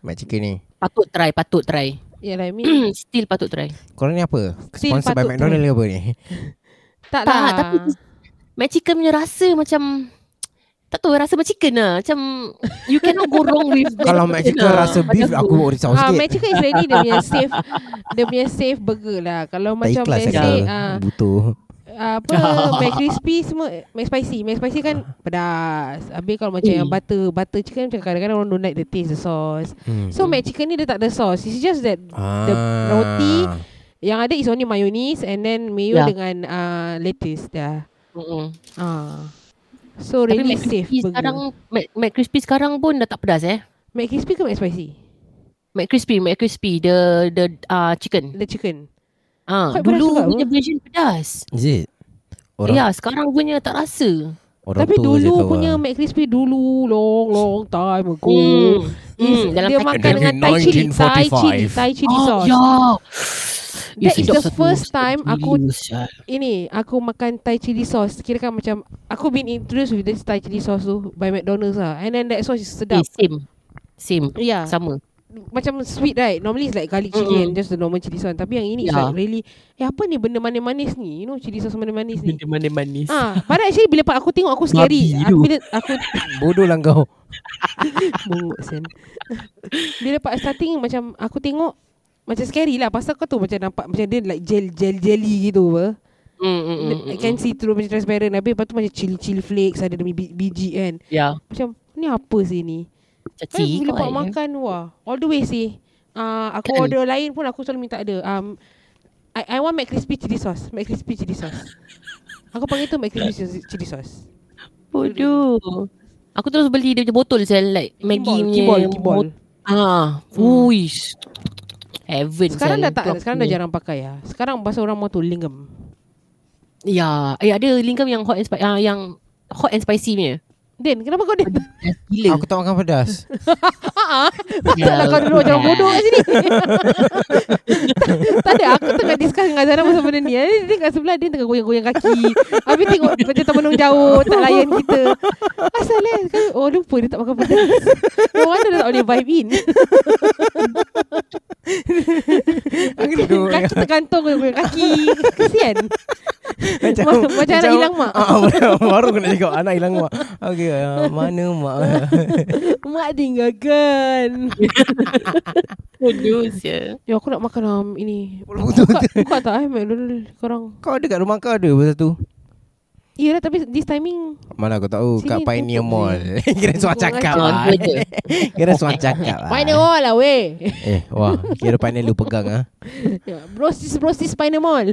S3: Mac chicken ni.
S2: Patut try, patut try.
S4: Yalah, I mean.
S2: Still patut try.
S3: Korang ni apa?
S4: Still
S3: Sponsor by
S4: patut
S3: McDonald's ke apa ni?
S4: tak,
S2: Tak,
S4: lah.
S2: tapi Mac chicken punya rasa macam tak tahu rasa macam chicken lah Macam You cannot go wrong with
S3: Kalau McChicken
S2: lah.
S3: rasa beef
S2: Macam
S3: aku
S2: tu.
S3: risau
S4: Ah,
S3: sikit.
S4: Magical is ready dia punya safe dia punya safe burger lah. Kalau
S3: Tak
S4: macam
S3: ikhlas
S4: let's
S3: saya
S4: say
S3: kata.
S4: ah,
S3: Butuh.
S4: apa mac crispy semua mac spicy, mac spicy kan
S3: Ah.
S4: pedas. Habis kalau macam
S2: Eh.
S4: yang butter, butter chicken macam kadang-kadang orang don't like the taste the sauce.
S3: Hmm.
S4: So mac chicken ni dia tak ada sauce. It's just that
S3: ah.
S4: the roti yang ada is only mayonnaise and then mayo
S2: Yeah.
S4: dengan uh, lettuce dah.
S2: Mm-mm.
S4: Ah. So
S2: Tapi
S4: really
S2: Mac
S4: safe
S2: Crispy
S4: burger.
S2: sekarang Mac, Mac Crispy sekarang pun dah tak pedas eh
S4: mac crispy ke mac spicy?
S2: Mac Crispy, Mac Crispy the the uh, chicken.
S4: The chicken.
S2: Ah,
S4: Quite pedas
S2: dulu
S4: juga
S2: punya
S4: apa?
S2: version pedas.
S3: Is it?
S2: Ya,
S3: Orang,
S2: sekarang punya tak rasa.
S3: Orang
S4: Tapi
S3: tua je
S4: dulu
S3: tahu
S4: punya
S3: lah.
S4: Mac Crispy dulu long long time ago.
S2: Hmm.
S4: Is,
S2: Hmm, dalam
S4: Oh. dia
S2: packet.
S4: makan dengan Thai chili, Thai chili,
S1: 1945.
S4: Thai chili
S2: Oh,
S4: sauce.
S2: ya.
S4: That
S2: Eh,
S4: is
S2: sedap
S4: the
S2: satu.
S4: first time aku
S2: Gila, sial.
S4: ini aku makan Thai chili sauce. Kira kan macam aku been introduced with this Thai chili sauce tu by McDonald's lah. And then that sauce is
S2: Eh,
S4: sedap.
S2: same. Same.
S4: Yeah.
S2: Sama.
S4: macam sweet right Normally it's like garlic chili
S2: Mm-mm. Ya.
S4: And just the normal chili sauce Tapi yang
S2: Yeah.
S4: ini yeah. is like really Eh apa ni benda manis-manis ni You know chili sauce manis-manis ni
S2: mana manis.
S4: Ah, Padahal actually bila part aku tengok aku scary
S2: Babi
S4: aku,
S2: tu.
S4: Bila aku
S3: Bodoh lah kau
S4: Bongok sen Bila part starting macam Aku tengok Macam scary lah Pasal kau tu macam nampak Macam dia like gel gel jelly gitu apa
S2: Mm, mm, mm, mm,
S4: I can
S2: mm.
S4: see through macam transparent Habis lepas tu macam chili chili flakes Ada demi bi- biji kan
S2: Ya.
S4: Macam ni apa sih ni
S2: Caci
S4: Kan bila pak
S2: kau, eh.
S4: makan wah all the way sih. Ah uh, aku
S2: Kan?
S4: order lain pun aku selalu minta ada. Um I I want McCrispy chili sauce. McCrispy chili sauce. aku panggil tu McCrispy chili sauce.
S2: Bodoh. Aku terus beli dia punya botol sel like Maggi punya
S4: kibol, kibol.
S2: bot- Ah, wuish. Heaven
S4: Hmm. Sekarang
S2: sel,
S4: dah tak
S2: tu aku
S4: sekarang dah
S2: punya.
S4: jarang pakai ya. Sekarang bahasa orang mau tu lingam.
S2: Ya, eh ada lingam yang hot and spicy ah, yang hot and spicy punya.
S4: Den, kenapa kau den?
S2: Pedas Gila.
S3: Aku tak makan pedas
S4: Patutlah lah kau duduk macam orang bodoh kat sini. tak, tak ada, aku tengah discuss dengan Zara pasal benda ni. Dia tengah sebelah, dia tengah goyang-goyang kaki. Habis tengok macam tak menung jauh, tak layan kita. Asal eh, kan, oh lupa dia tak makan pedas. No wonder dia tak boleh vibe in.
S3: Aku duduk
S4: kaki tergantung goyang-goyang kaki. Kesian.
S3: Macam
S4: Macam anak hilang mak.
S3: Ah, Baru aku nak cakap Anak hilang mak Okay ah, Mana mak
S4: Mak tinggalkan.
S2: bodoh sel.
S4: Ya, aku nak makan um, ini.
S3: Betul,
S4: Buka,
S3: betul.
S4: buka tak eh, McDonald's korang?
S3: Kau ada kat rumah kau ada Pasal tu
S4: Yelah, tapi this timing
S3: Mana aku tahu Kat
S4: Sini
S3: Pioneer
S4: tutup
S3: Mall Kira suara cakap lah
S2: Ah, tu je.
S3: Kira suara cakap lah
S4: Final all lah weh
S3: Eh wah Kira panel lu pegang ah.
S4: Brosis-brosis Ya, Spinal Mall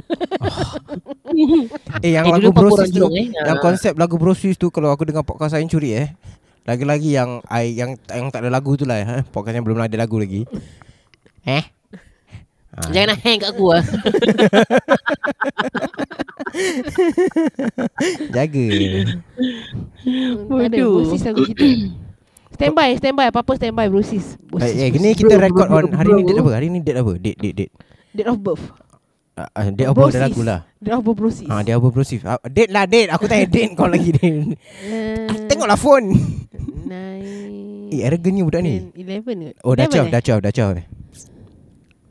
S3: Eh yang
S2: Eh,
S3: lagu
S2: dulu kau
S3: Brosis
S2: kurang
S3: tu
S2: jurung, eh.
S4: Ah.
S3: Yang konsep lagu Brosis tu Kalau aku dengar podcast Ayun Curi eh Lagi-lagi yang I, yang yang tak ada lagu tu lah eh. Podcast yang belum ada lagu lagi Eh Ah.
S2: Jangan nak hang kat aku ah.
S3: Jaga
S4: Ada
S2: Bodoh.
S4: Brosis lagu kita Stand by, stand by Apa-apa stand by Brosis Brosis,
S3: Eh, eh
S4: brosis.
S3: kini kita
S2: bro,
S3: record
S2: bro,
S3: on Hari ni
S2: bro.
S3: date apa? Hari ni date apa? Date, date, date
S4: Date of birth
S3: Ah, ah, Date apa dah lagu lah
S4: Date of birth Brosis
S3: Ah, dia apa Brosis ah, Date lah date Aku tanya date kau lagi date Ah, Tengoklah phone
S4: Nine
S3: Eh arrogantnya budak ni
S4: ten, Eleven ke
S3: Oh dah
S4: Eleven
S3: caw
S4: eh?
S3: Dah caw Dah caw eh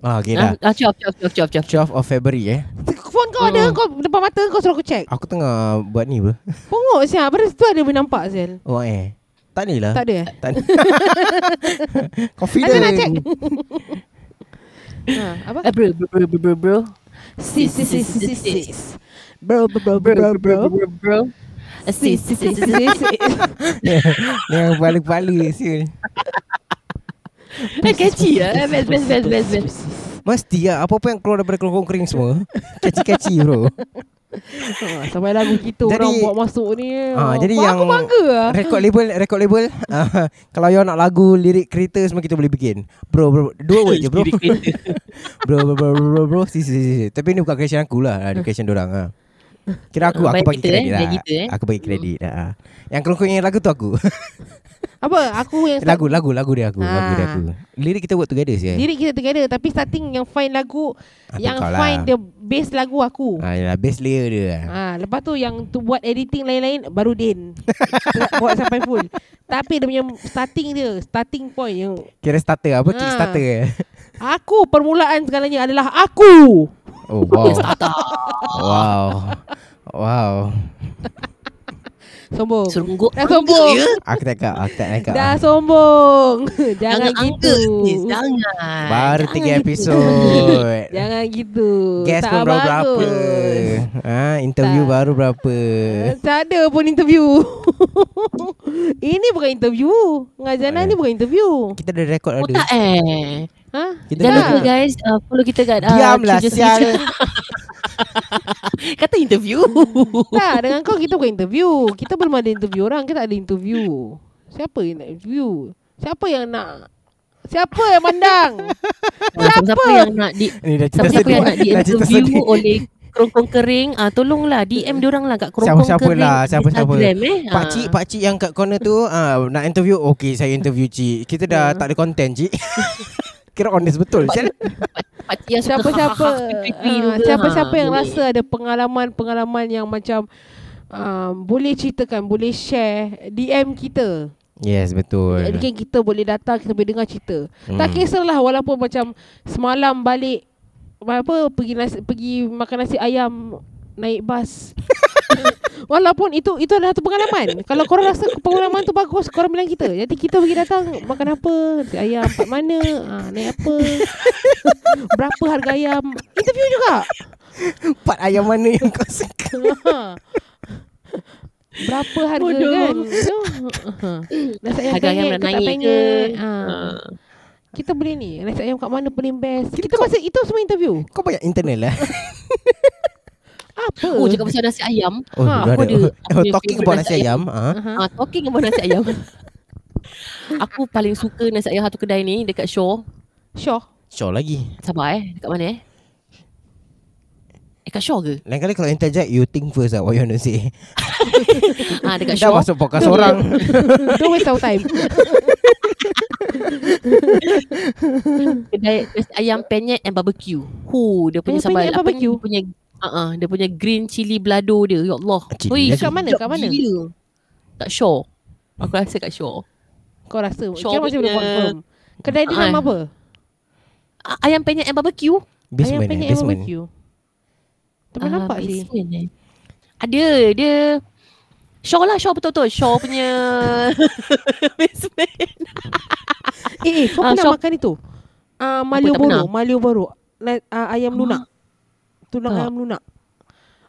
S3: Ah okay
S2: Ah,
S3: dah
S2: ah, cuap, cuap, cuap, cuap, cuap.
S3: 12 of February eh
S4: Phone kau ada Kau depan mata Kau suruh aku check
S3: Aku tengah buat ni bro
S4: Pongok siap Pada situ ada boleh nampak Zel
S3: Oh eh Tak ni lah
S4: Tak ada eh
S3: Tak ni Confident
S4: Ada nak check Ha, Apa?
S2: Eh, bro, bro, bro, bro, bro, bro.
S4: Sis sis sis sis sis Bro bro bro bro bro
S2: bro, bro. Eh,
S4: Sis sis sis sis sis.
S3: Dengan kepala-kepala siul.
S2: Eh, catchy lah. Eh, Best, best, best, best, best.
S3: Mesti lah Apa-apa yang keluar daripada kelongkong kering semua Keci-keci bro
S4: Ha, sampai lagu kita
S3: Jadi-
S4: jadi, orang buat masuk ni.
S3: Ah, jadi
S4: Wah,
S3: yang
S4: Oh, aku bangga lah.
S3: Record label Record label ah, Kalau you nak lagu Lirik kereta semua Kita boleh bikin Bro bro Dua word je bro
S2: Lirik kereta.
S3: Bro bro bro bro, bro, bro. Si, si, si, si. Tapi ni bukan creation aku lah Ni creation dorang lah Kira aku Aku
S2: Baik
S3: bagi
S2: kita,
S3: kredit
S2: eh.
S3: lah
S2: Baik kita, eh.
S3: Aku bagi kredit lah Yang kelongkong yang lagu tu aku
S4: Apa? Aku yang start,
S3: Lagu lagu lagu dia aku Lagu dia
S4: Ah.
S3: aku Lirik kita work together sih
S4: lirik kita together tapi starting yang find lagu
S3: Ah,
S4: yang
S3: kau lah.
S4: find the bass lagu aku.
S3: Ah, yalah, base layer dia lah.
S4: Ha, lepas tu yang tu buat editing lain-lain baru Din. buat sampai full. Tapi dia punya starting dia, starting point yang
S3: Kira starter apa
S4: Ah.
S3: Kickstarter eh
S4: aku permulaan segalanya adalah aku.
S3: Oh wow Wow Wow
S4: Sombong.
S2: Seronggok.
S4: Dah sombong.
S2: Ya?
S3: Aku tak cakap Aku tak nak cakap
S4: Dah sombong. Jangan,
S2: Jangan
S4: gitu.
S2: angkat. Sis, Jangan.
S3: Baru tiga
S2: ah,
S4: jangan gitu.
S3: episod
S2: Ya,
S4: Jangan gitu.
S3: Guest pun baru berapa ha, Interview
S4: Tak.
S3: baru berapa
S4: Eh, Tak ada pun interview Ini bukan interview Ngazana
S3: Eh.
S4: ni bukan interview
S3: Kita ada rekod
S2: Oh
S3: ada
S2: tak eh.
S4: Ha?
S3: Kita
S2: Jangan
S3: dah-
S2: lupa guys uh, Follow kita kat uh,
S3: Diamlah
S2: Children's
S3: sial
S2: Future. Kata interview
S3: Hmm.
S4: Tak dengan kau kita bukan interview Kita belum ada interview orang Kita tak ada interview Siapa yang nak interview Siapa yang nak Siapa yang mandang
S2: Siapa? Siapa yang nak di
S3: Ni dah cerita
S2: Siapa
S3: sedih
S2: yang nak
S3: Dah cerita
S2: di-interview
S3: sedih
S2: oleh kerongkong kering ah tolonglah DM dia orang lah kat kerongkong
S3: Siapa-siapa
S2: kering
S3: lah, siapa-siapa.
S2: Instagram eh Ah.
S3: Pak cik, pak cik yang kat corner tu ah nak interview. Okey, saya interview cik. Kita dah
S2: Ya.
S3: tak ada konten cik. Kira honest betul. Macam mana?
S2: pak cik yang suka
S4: Siapa-siapa
S2: ha-ha-ha, pipi-pipi
S4: ah,
S2: juga,
S4: Siapa-siapa
S2: ha,
S4: yang
S2: boleh.
S4: rasa ada pengalaman-pengalaman yang macam um, Boleh ceritakan, boleh share DM kita
S3: Yes, betul.
S4: Mungkin kita boleh datang, kita boleh dengar cerita hmm. Tak kisahlah walaupun macam semalam balik apa pergi nasi, pergi makan nasi ayam naik bas. Walaupun itu itu adalah satu pengalaman. Kalau korang rasa pengalaman tu bagus, korang bilang kita. Nanti kita pergi datang makan apa, nasi ayam kat mana, ha, naik apa. Berapa harga ayam? Interview juga.
S3: Part ayam mana yang kau suka?
S4: Ha. Berapa harga
S2: Bodoh.
S4: kan? So, nasi ayam
S2: Harga ayam
S4: penyet
S2: dah
S4: ke tak
S2: naik ke
S4: penyet? Ha.
S2: Ah.
S4: Kita boleh ni. Nasi ayam kat mana paling best? Kita masih itu semua interview.
S3: Kau banyak internal lah.
S4: Apa?
S3: Ah.
S2: Oh cakap pasal nasi ayam
S3: Oh,
S4: Ha,
S3: dah
S2: aku
S3: ada.
S2: ada- aku
S3: Oh,
S2: ada
S3: talking
S2: favourite
S3: about
S2: nasi
S3: nasi ayam. Ah.
S2: Ah, talking about nasi ayam. aku paling suka nasi ayam satu kedai ni dekat Shaw.
S4: Syah.
S3: Sure lagi.
S2: Sabar eh, dekat mana eh? Dekat Shaw ke?
S3: Lain kali kalau interject, you think first lah what you want to say.
S2: Ah, dekat
S3: Dah
S2: Shaw.
S3: masuk podcast orang.
S4: Don't waste our time.
S2: kedai nasi ayam penyet and barbecue. Hu, dia punya
S4: Ayam Eh, penyet
S2: sambal apa
S4: and
S2: ni?
S4: barbecue?
S2: Dia punya uh-uh, dia punya green chili belado dia. Ya Allah.
S3: Cili
S2: Ui,
S3: belado.
S4: Dekat mana? Dekat mana?
S2: Gila. Kat Shaw. Aku rasa kat Shaw.
S4: Kau rasa.
S2: Syah
S4: Kira macam boleh
S2: punya-
S4: confirm. Kedai dia
S2: Ah.
S4: nama apa?
S2: Ah, Ayam penyet and barbecue.
S3: Basement eh,
S4: penyet
S3: basement.
S4: barbecue. Tak pernah
S2: Ah,
S4: nampak sih.
S2: basement eh. Ada, dia Shaw lah, Shaw betul-betul. Shaw punya basement.
S4: Eh, eh, kau
S2: Ah,
S4: pernah
S2: Syah-
S4: makan itu?
S2: pernah?
S4: Ah, Malioboro, Malioboro. La- ah, ayam lunak. Tulang
S2: tak. Oh,
S4: ayam lunak.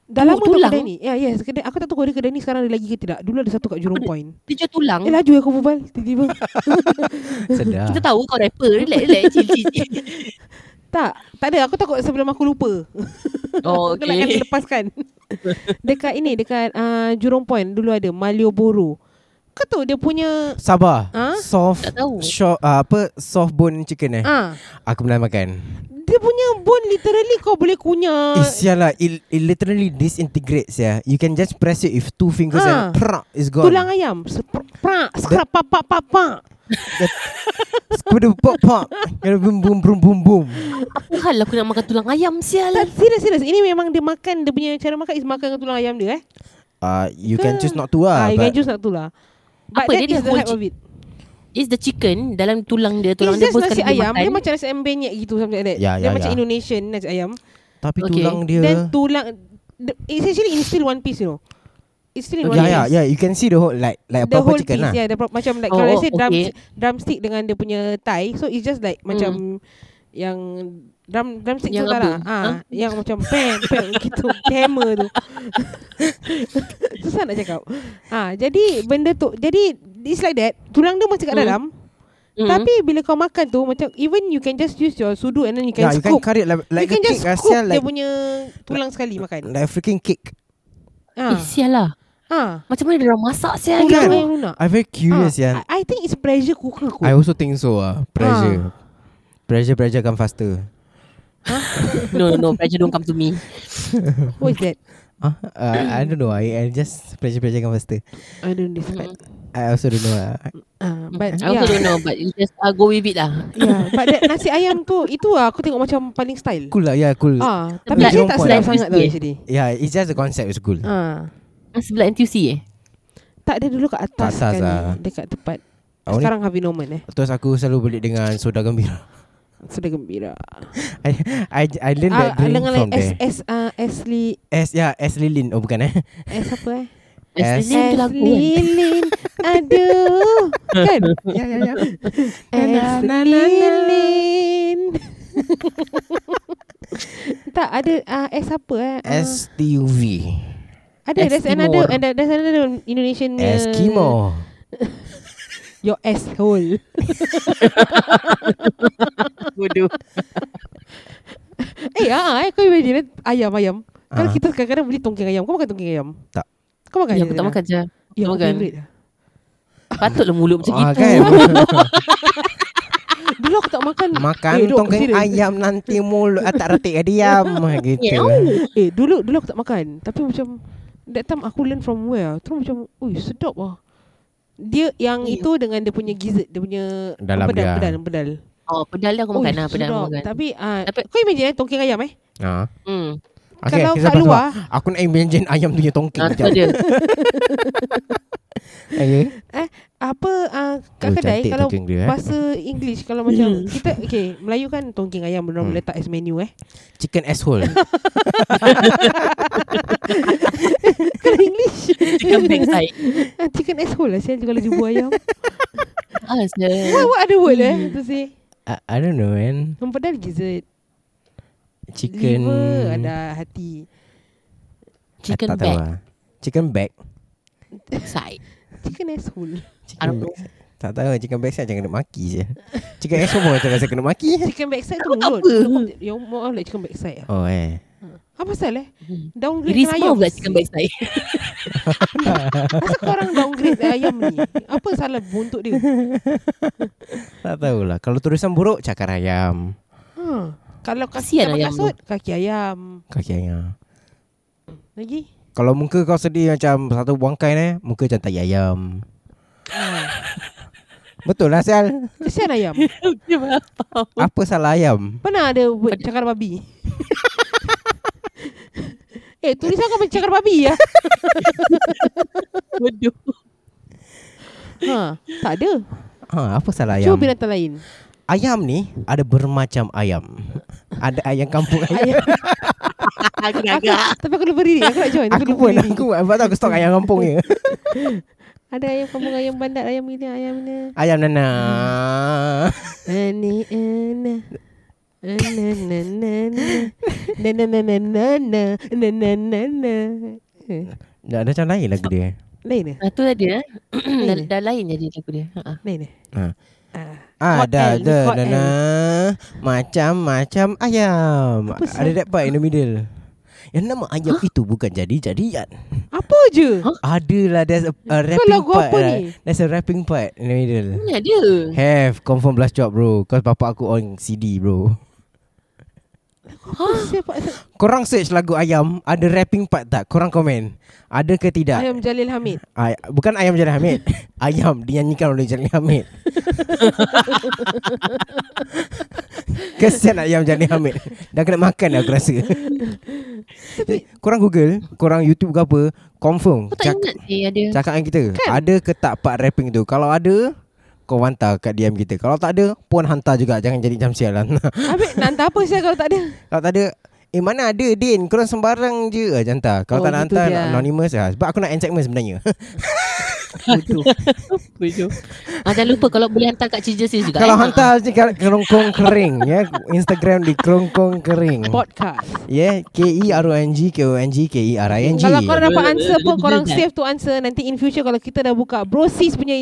S4: Dah lama tu
S2: tulang?
S4: kedai ni. Ya, yes, kedai aku tak tahu ada kedai ni sekarang ada lagi ke tidak. Dulu ada satu kat Jurong
S2: Ada.
S4: Point.
S2: Dia jual tulang.
S4: Eh, laju aku bubal tiba-tiba.
S3: Sedap.
S2: Kita tahu kau rapper. Relax, relax. Chill, chill, chill.
S4: tak, tak ada. Aku takut sebelum aku lupa.
S2: Oh,
S4: Aku nak kena
S2: okay.
S4: lepaskan Dekat ini Dekat uh, Jurong Point Dulu ada Malioboro Kau tahu dia punya
S3: Sabar.
S4: Ah?
S3: Soft.
S2: Tak tahu.
S3: Short, ah, apa soft bone chicken eh?
S4: ah,
S3: Aku pernah makan.
S4: Dia punya bone Literally kau boleh kunyah
S3: Eh sial lah it, it literally disintegrates ya. You can just press it with two fingers
S4: Ah.
S3: and prak it's gone.
S4: Tulang ayam Seprak Sekrap pak pak pak pak
S3: Squid pop pop. Kena boom boom boom boom boom.
S2: Apa hal aku nak makan tulang ayam sial.
S4: Tak serius serius Ini memang dia makan Dia punya cara makan Is makan dengan tulang ayam dia eh
S3: Ah uh, you can
S4: Ke?
S3: choose not to lah.
S4: ah, You can
S3: but
S4: choose nak tu lah But
S2: Apa
S4: that
S2: dia dia
S4: is the
S2: whole
S4: hype of it
S2: It's the chicken dalam tulang dia. Tulang
S4: It's
S2: dia
S4: just
S2: pun
S4: nasi
S2: sekali
S4: ayam Dia
S2: makan.
S4: macam nasi ayam benyek gitu Something like that
S3: Ya,
S4: Dia
S3: ya,
S4: macam
S3: ya.
S4: Indonesian nasi ayam
S3: tapi
S2: Okay.
S3: tulang dia
S4: Then tulang the- It's actually in still one piece you know It's still in one
S3: Ya ya
S4: piece
S3: ya you can see the whole like like a
S4: the
S3: proper
S4: whole
S3: chicken
S4: piece
S3: lah.
S4: yeah, the pro- macam like
S2: Oh,
S4: kalau let's say
S2: okay. Hmm.
S4: drum drumstick dengan dia punya thigh so it's just like macam yang drum drumstick
S2: Yang
S4: tu tak
S2: apa?
S4: lah ah
S2: Huh?
S4: yang macam pen pen gitu hammer tu susah nak cakap ah jadi benda tu jadi it's like that tulang dia masih kat
S2: Hmm.
S4: dalam
S2: Mm.
S4: tapi bila kau makan tu macam even you can just use your sudu and then you can
S3: Yeah, Ya, you can
S4: scoop
S3: cut it like, like
S4: you can
S3: a cake
S4: just scoop
S3: rasa
S4: dia
S3: like
S4: punya tulang sekali makan
S3: like a freaking cake.
S2: Eh
S4: ah
S2: sial lah.
S4: ah
S2: Macam mana dia orang masak sial.
S3: kan?
S4: tulang ayam lunak
S3: I very curious ya.
S4: Ah, I, I think it's pressure cooker kot.
S3: I also think so ah. Pressure. Pressure pressure come faster.
S2: No, no, no. Pressure don't come to me.
S4: Who is that?
S3: Ah, uh, I don't know. I, I just pressure pressure come faster.
S4: I don't describe.
S3: I also don't know lah.
S4: Uh, but
S2: I also
S4: yeah.
S2: don't know. But you just uh, go with it lah.
S4: yeah, but that nasi ayam tu itu lah aku tengok macam paling style.
S3: Cool lah, yeah cool.
S4: Ah, tapi
S2: Like-
S4: dia tak sedap
S2: like
S4: sangat tau
S2: crispy.
S4: actually.
S3: Yeah, it's just the concept is cool.
S4: Ah.
S2: Ah, Sebelah NTUC eh?
S4: Tak ada dulu kat atas,
S3: Kat atas
S4: sekali
S3: lah.
S4: dekat tempat.
S3: Awak ni-
S4: Sekarang Harvey Norman eh.
S3: Terus aku selalu beli dengan soda gembira.
S4: Sudah gembira.
S3: I I, I learned that
S4: Ah,
S3: drink
S4: dengan
S3: from
S4: like S
S3: there.
S4: S ah S li
S3: S ya, S Lilin. Oh bukan eh.
S4: S apa eh?
S3: S-
S2: As
S4: S
S2: tu lagu kan?
S4: lilin. Aduh. Kan?
S3: ya ya ya.
S4: S lilin. tak ada ah S apa eh? Ah.
S3: S T U V.
S4: Ada there's
S2: Eskimo.
S4: another and there's another Indonesian uh,
S3: Eskimo.
S4: Your asshole.
S2: Bodoh.
S4: eh ah eh kau imagine eh, ayam ayam. Kalau
S3: Ah.
S4: kita kadang-kadang beli tongking ayam. Kau makan tongking ayam?
S3: Tak.
S4: Kau makan?
S2: Ya, aku tak makan je.
S4: Ya,
S2: makan.
S4: favorite lah.
S3: kan?
S2: Patutlah mulut macam
S3: Ah
S2: gitu.
S3: kan.
S4: Dulu aku tak makan
S3: Makan
S4: eh, dok,
S3: tongkang
S4: serious.
S3: ayam nanti mulut Ah, atak retik diam gitu.
S4: Eh dulu dulu aku tak makan Tapi macam That time aku learn from where Terus macam Ui sedap lah Dia yang
S2: Ya.
S4: itu dengan dia punya gizzard Dia punya
S3: Dalam
S4: pedal,
S3: dia.
S4: pedal Pedal
S2: Oh, pedal dia aku makan
S4: Ui,
S2: lah, pedal aku
S4: sedap.
S2: makan.
S4: Tapi, uh,
S2: Tapi-
S4: Kau imagine eh Tongking ayam eh
S3: Ha.
S2: Hmm.
S3: Okay,
S4: Kalau
S3: sabar,
S4: kat
S3: sabar.
S4: luar
S3: Aku nak imagine ayam tu yang tongking
S2: Ah, tu
S3: sekejap.
S2: dia.
S3: Okay.
S4: Apa uh, Kat
S3: Oh,
S4: kedai
S3: cantik
S4: Kalau
S3: tongking dia, eh.
S4: Bahasa English Kalau
S2: Hmm.
S4: macam Kita Okay Melayu kan Tongking ayam Mereka
S3: Hmm.
S4: hmm. letak as menu eh
S3: Chicken asshole.
S4: Kalau English
S2: Chicken backside.
S4: ah, Chicken asshole lah Sial kalau jumpa ayam
S2: Ah,
S4: What,
S2: saya.
S4: what other word eh Tu sih
S3: I, I don't know man.
S4: Yang pedal gizzard
S3: Chicken.
S4: Liver Ada hati
S2: Chicken
S3: I tak tahu lah. Chicken back.
S2: backside.
S4: Chicken asshole
S2: I don't know.
S3: Tak tahu chicken back saya jangan kena maki je. Chicken asshole pun macam rasa kena maki.
S4: Chicken backside tu
S2: Aku tak
S4: mulut
S2: apa.
S4: Aku- Yang more of like chicken backside lah
S3: Oh eh.
S4: Apa pasal eh
S2: Hmm. It
S4: Downgrade
S2: is
S4: kan ayam
S2: more of like chicken backside.
S4: Asal korang downgrade ayam ni Apa salah buntut dia
S3: Tak tahulah. Kalau tulisan buruk cakar ayam.
S4: ha. Kalau kaki
S2: Kesian
S4: ayam
S2: ayam
S4: kasut Kaki ayam
S3: Kaki ayam.
S4: Lagi
S3: Kalau muka kau sedih macam satu bangkai ni, muka macam tai ayam.
S4: ha.
S3: Betul lah Sal.
S4: Kesian ayam
S2: Okay, faham.
S3: Apa salah ayam?
S4: Pernah ada word cakar babi Eh tulisan kau macam cakar babi ya
S2: Bodoh.
S4: ha. Tak ada
S3: Ha, apa salah ayam?
S4: Cuba binatang lain
S3: Ayam ni ada bermacam ayam. Ada ayam kampung ayam.
S2: Agak-agak.
S4: Tapi aku lupa diri Aku nak join
S3: aku
S4: lupa
S3: pun
S4: diri.
S3: aku sebab tu aku stok ayam kampung je.
S4: Ada ayam kampung Ayam bandar Ayam ini Ayam ini
S3: Ayam nana.
S4: Ani ana ana na na na na na na na na na na na na Eh,
S3: Dah ada macam lain lagu dia.
S4: lain eh
S2: Ah, tu tadi eh. dah,
S4: Ini.
S2: dah lain jadi lagu dia. Ha.
S4: lain eh
S3: Ha.
S4: Ah, Hot
S3: Ada
S4: L,
S3: ada
S4: hot
S3: nana macam-macam ayam.
S4: Apa
S3: Ada that part in the middle. Yang nama ayam itu bukan jadi-jadian.
S4: apa je
S3: Adalah there's a, a rapping
S4: lagu
S3: part.
S4: apa
S3: lah.
S4: ni?
S3: There's a rapping part in the middle.
S2: Mana ada?
S3: Have confirm blast job bro. Cause bapak aku on CD bro.
S4: Apa siapa
S3: Korang search lagu ayam Ada rapping part tak? Korang komen Ada ke tidak?
S4: ayam Jalil Hamid
S3: Ay- bukan ayam Jalil Hamid Ayam dinyanyikan oleh Jalil Hamid Kesian ayam Jalil Hamid Dah kena makan dah aku rasa Korang google Korang youtube ke apa Confirm
S2: Aku Oh, tak ingat sih ada.
S3: Cakapan kita kan? Ada ke tak part rapping tu Kalau ada Kau hantar kat DM kita Kalau tak ada Pun hantar juga Jangan jadi macam sialan
S4: Habis nak hantar apa saya kalau tak ada
S3: Kalau tak ada Eh mana ada Din Korang sembarang je ah, Hantar Kalau
S4: Oh,
S3: tak nak
S4: gitu
S3: hantar
S4: dia.
S3: Anonymous lah Sebab aku nak end segment sebenarnya
S2: Bodoh. Ah, jangan lupa kalau boleh hantar kat Cijesis juga.
S3: Kalau
S2: eh.
S3: hantar je kat Kerongkong Kering ya Instagram di Kerongkong Kering
S4: podcast
S3: Ya yeah, K-E-R-O-N-G K-O-N-G K-E-R-I-N-G
S4: kalau korang dapat answer pun korang save to answer nanti in future kalau kita dah buka brosis punya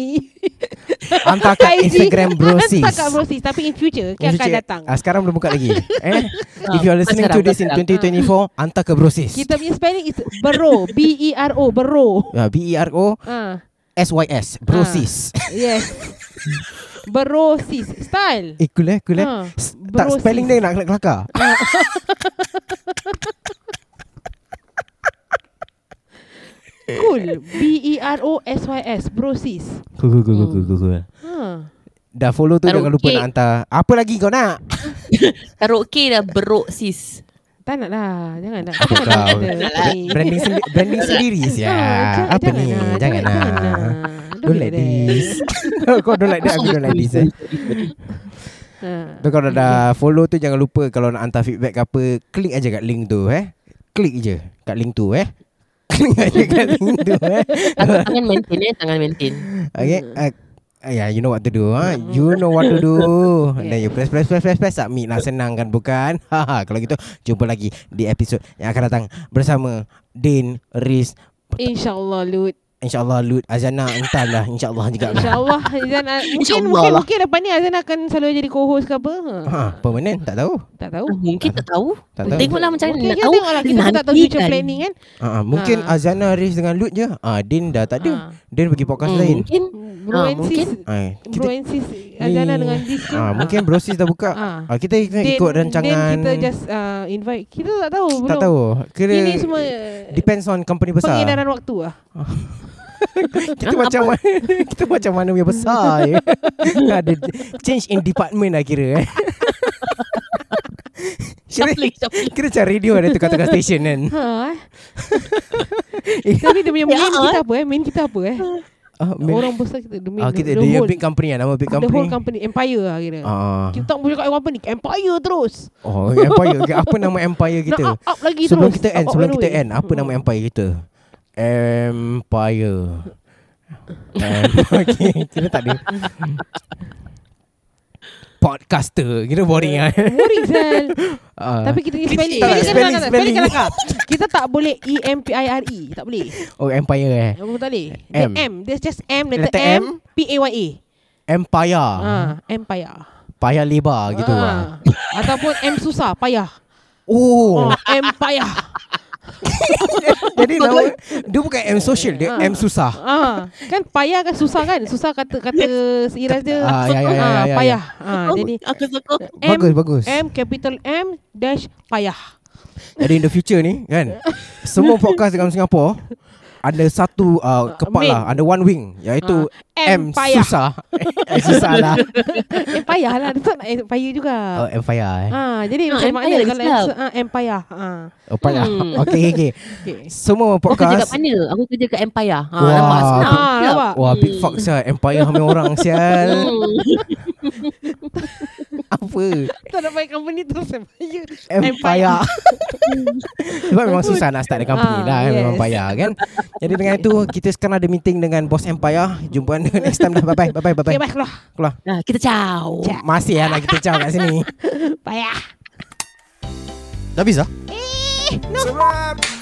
S3: Hantar kat
S4: IG,
S3: Instagram Brosis
S4: hantar kat brosis tapi in future kita akan
S3: Cik,
S4: datang
S3: ah,
S4: Ah,
S3: Sekarang belum buka lagi eh? If you're listening to
S2: sekarang,
S3: this in
S2: sekarang.
S3: 2024 Hantar ke Brosis
S4: kita punya spelling is bro B E R O bro
S3: Ah, B-E-R-O
S4: ah
S3: S-Y-S Brosis
S4: Yes Berosis Style
S3: Eh cool eh cool eh
S4: Ha,
S3: S- Tak
S4: Brosis.
S3: spelling dia nak kelakar
S4: Cool E B-E-R-O-S-Y-S Brosis
S3: Cool cool
S4: Oh.
S3: cool cool cool, cool.
S4: ha.
S3: Dah follow tu
S2: Taruh
S3: jangan lupa
S2: cake.
S3: nak hantar. Apa lagi kau nak?
S2: Taruh K dah berok sis.
S4: Tak nak lah Jangan nak
S3: Kau
S4: lah
S3: branding sendi- branding sendiri ya. Apa ni? Jangan lah. Don't like this. Kau don't like that, aku don't like this. Eh.
S4: Ha.
S3: Tu kalau dah follow tu jangan lupa kalau nak hantar feedback ke apa, klik aja kat link tu eh. Klik je kat link tu eh. Klik aja kat link tu eh.
S2: Aku tangan maintain eh, tangan maintain.
S3: Okay. Uh, yeah, you know what to do. Ha? You know what to do. And Then you press, press, press, press, press. Submit lah. Senang kan bukan? Haha. Kalau gitu, jumpa lagi di episod yang akan datang bersama Din, Riz,
S4: InsyaAllah Lut
S3: InsyaAllah Lut, Azana, entahlah. InsyaAllah juga. lah.
S4: InsyaAllah Azan ah, Mungkin
S2: InsyaAllah
S4: mungkin,
S2: lah.
S4: mungkin depan ni Azan akan selalu jadi co-host ke apa ha.
S3: Ha, Oh, permanent? Tak tahu.
S4: Tak tahu
S2: Oh, Mungkin tak tahu.
S3: Tak tahu.
S2: Tengoklah macam mana
S4: Mungkin
S2: nak
S4: kita
S2: tahu.
S4: tengok lah Kita pun tak tahu
S2: Nanti
S4: future
S2: kan.
S4: planning kan
S3: Ha, ha, mungkin
S4: Ha.
S3: Azana, Riz dengan Lut je. Ha, Din dah tak ada.
S4: Ha.
S3: Din pergi podcast
S2: Hmm,
S3: lain.
S2: Mungkin
S4: Bruensis
S3: Ay, Ha, kita,
S4: Bruensis Azalan dengan this
S3: ah, mungkin brosis dah buka.
S4: Ah.
S3: Ah, kita kena ikut rancangan.
S4: Then kita just uh, invite Kita tak tahu belum
S3: tak tahu. Kira
S4: Ini semua eh,
S3: depends on company besar.
S4: Pengenalan waktu lah
S3: kita macam mana, kita macam mana punya besar je. Ada change in department lah kira eh. Kira,
S2: Supply, supply.
S3: kira macam radio ada tukar-tukar station kan.
S4: Ha eh. Tapi dia punya main
S2: Ya,
S4: kita apa eh Main kita apa eh
S3: Ah, main-
S4: Orang besar kita the main
S3: ah, kita
S4: the,
S3: dia
S4: whole,
S3: big company lah, nama big
S4: the whole
S3: company.
S4: company Empire lah kira
S3: Ah.
S4: Kita tak boleh cakap company Empire terus
S3: Oh, empire. Okay, Apa nama empire kita?
S4: Nak up, up lagi
S3: Sebelum
S4: terus Hmm.
S3: kita end,
S4: Up, up
S3: sebelum
S4: all the
S3: kita
S4: way.
S3: end, apa nama empire kita? Empire. Empire. okay, kira tak ada. Podcaster, kira boring ah.
S4: Boring Zal
S3: Uh,
S4: Tapi kita ni spelling
S3: tak,
S4: Spelling
S3: spelling,
S4: kan tak?
S3: spelling.
S4: Spelling kan tak? Kita tak boleh E E-M-P-I-R-E Tak boleh
S3: oh empire eh.
S4: Apa tak boleh Dia
S3: M.
S4: M There's just M Letter
S3: Letter M.
S4: M P-A-Y-A
S3: Empire. Uh.
S4: Ah, Empire
S3: Payah lebar gitu
S4: Ah.
S3: ah.
S4: Ataupun M susah Payah
S3: Oh,
S4: oh. M payah
S3: jadi nama dia bukan M social, dia M susah.
S4: ah. Kan payah kan susah kan Susah kata Kata seiras dia
S3: Ah, ya, ya, ya,
S4: Ah,
S3: ya, ya.
S4: Payah ah,
S2: Oh,
S4: Jadi
S2: aku suka.
S4: M
S3: Bagus, bagus.
S4: M capital M dash payah
S3: Jadi in the future ni kan Semua podcast dalam Singapura Ada satu uh, kepak
S4: Wing.
S3: lah Ada one wing Iaitu
S4: Ah,
S3: M,
S4: M payah.
S3: Susah M Susah lah
S4: M payah lah Dia tak nak M payah juga
S3: oh, M Payah eh
S4: Ah, jadi
S2: Ah,
S4: macam
S2: M
S4: mana
S2: payah
S4: kalau
S2: sedap.
S4: M- ah, M payah ah.
S3: Oh Payah
S2: Hmm.
S3: Okay okay
S4: Okay.
S3: Semua
S2: Kau kerja kat
S3: podcast
S2: mana? Aku kerja kat Empire. Ha,
S3: Wah.
S2: nampak senang.
S4: Ah,
S2: Siap.
S4: nampak.
S3: Wah big fuck sial Empire hamil orang sial
S2: Hmm.
S3: Apa
S4: Tak nak payah company terus M payah
S3: M Payah Sebab memang susah nak start the company
S4: Ah,
S3: lah kan Memang
S4: yes.
S3: payah kan Jadi dengan itu Kita sekarang ada meeting dengan Bos Empire Jumpaan next time dah Bye bye bye bye, bye,
S4: Okay,
S3: bye.
S4: bye keluar
S3: Keluar
S2: Nah, kita ciao.
S3: Masih lah nak kita caw kat sini
S4: Payah
S1: Dah bisa?
S5: Sebab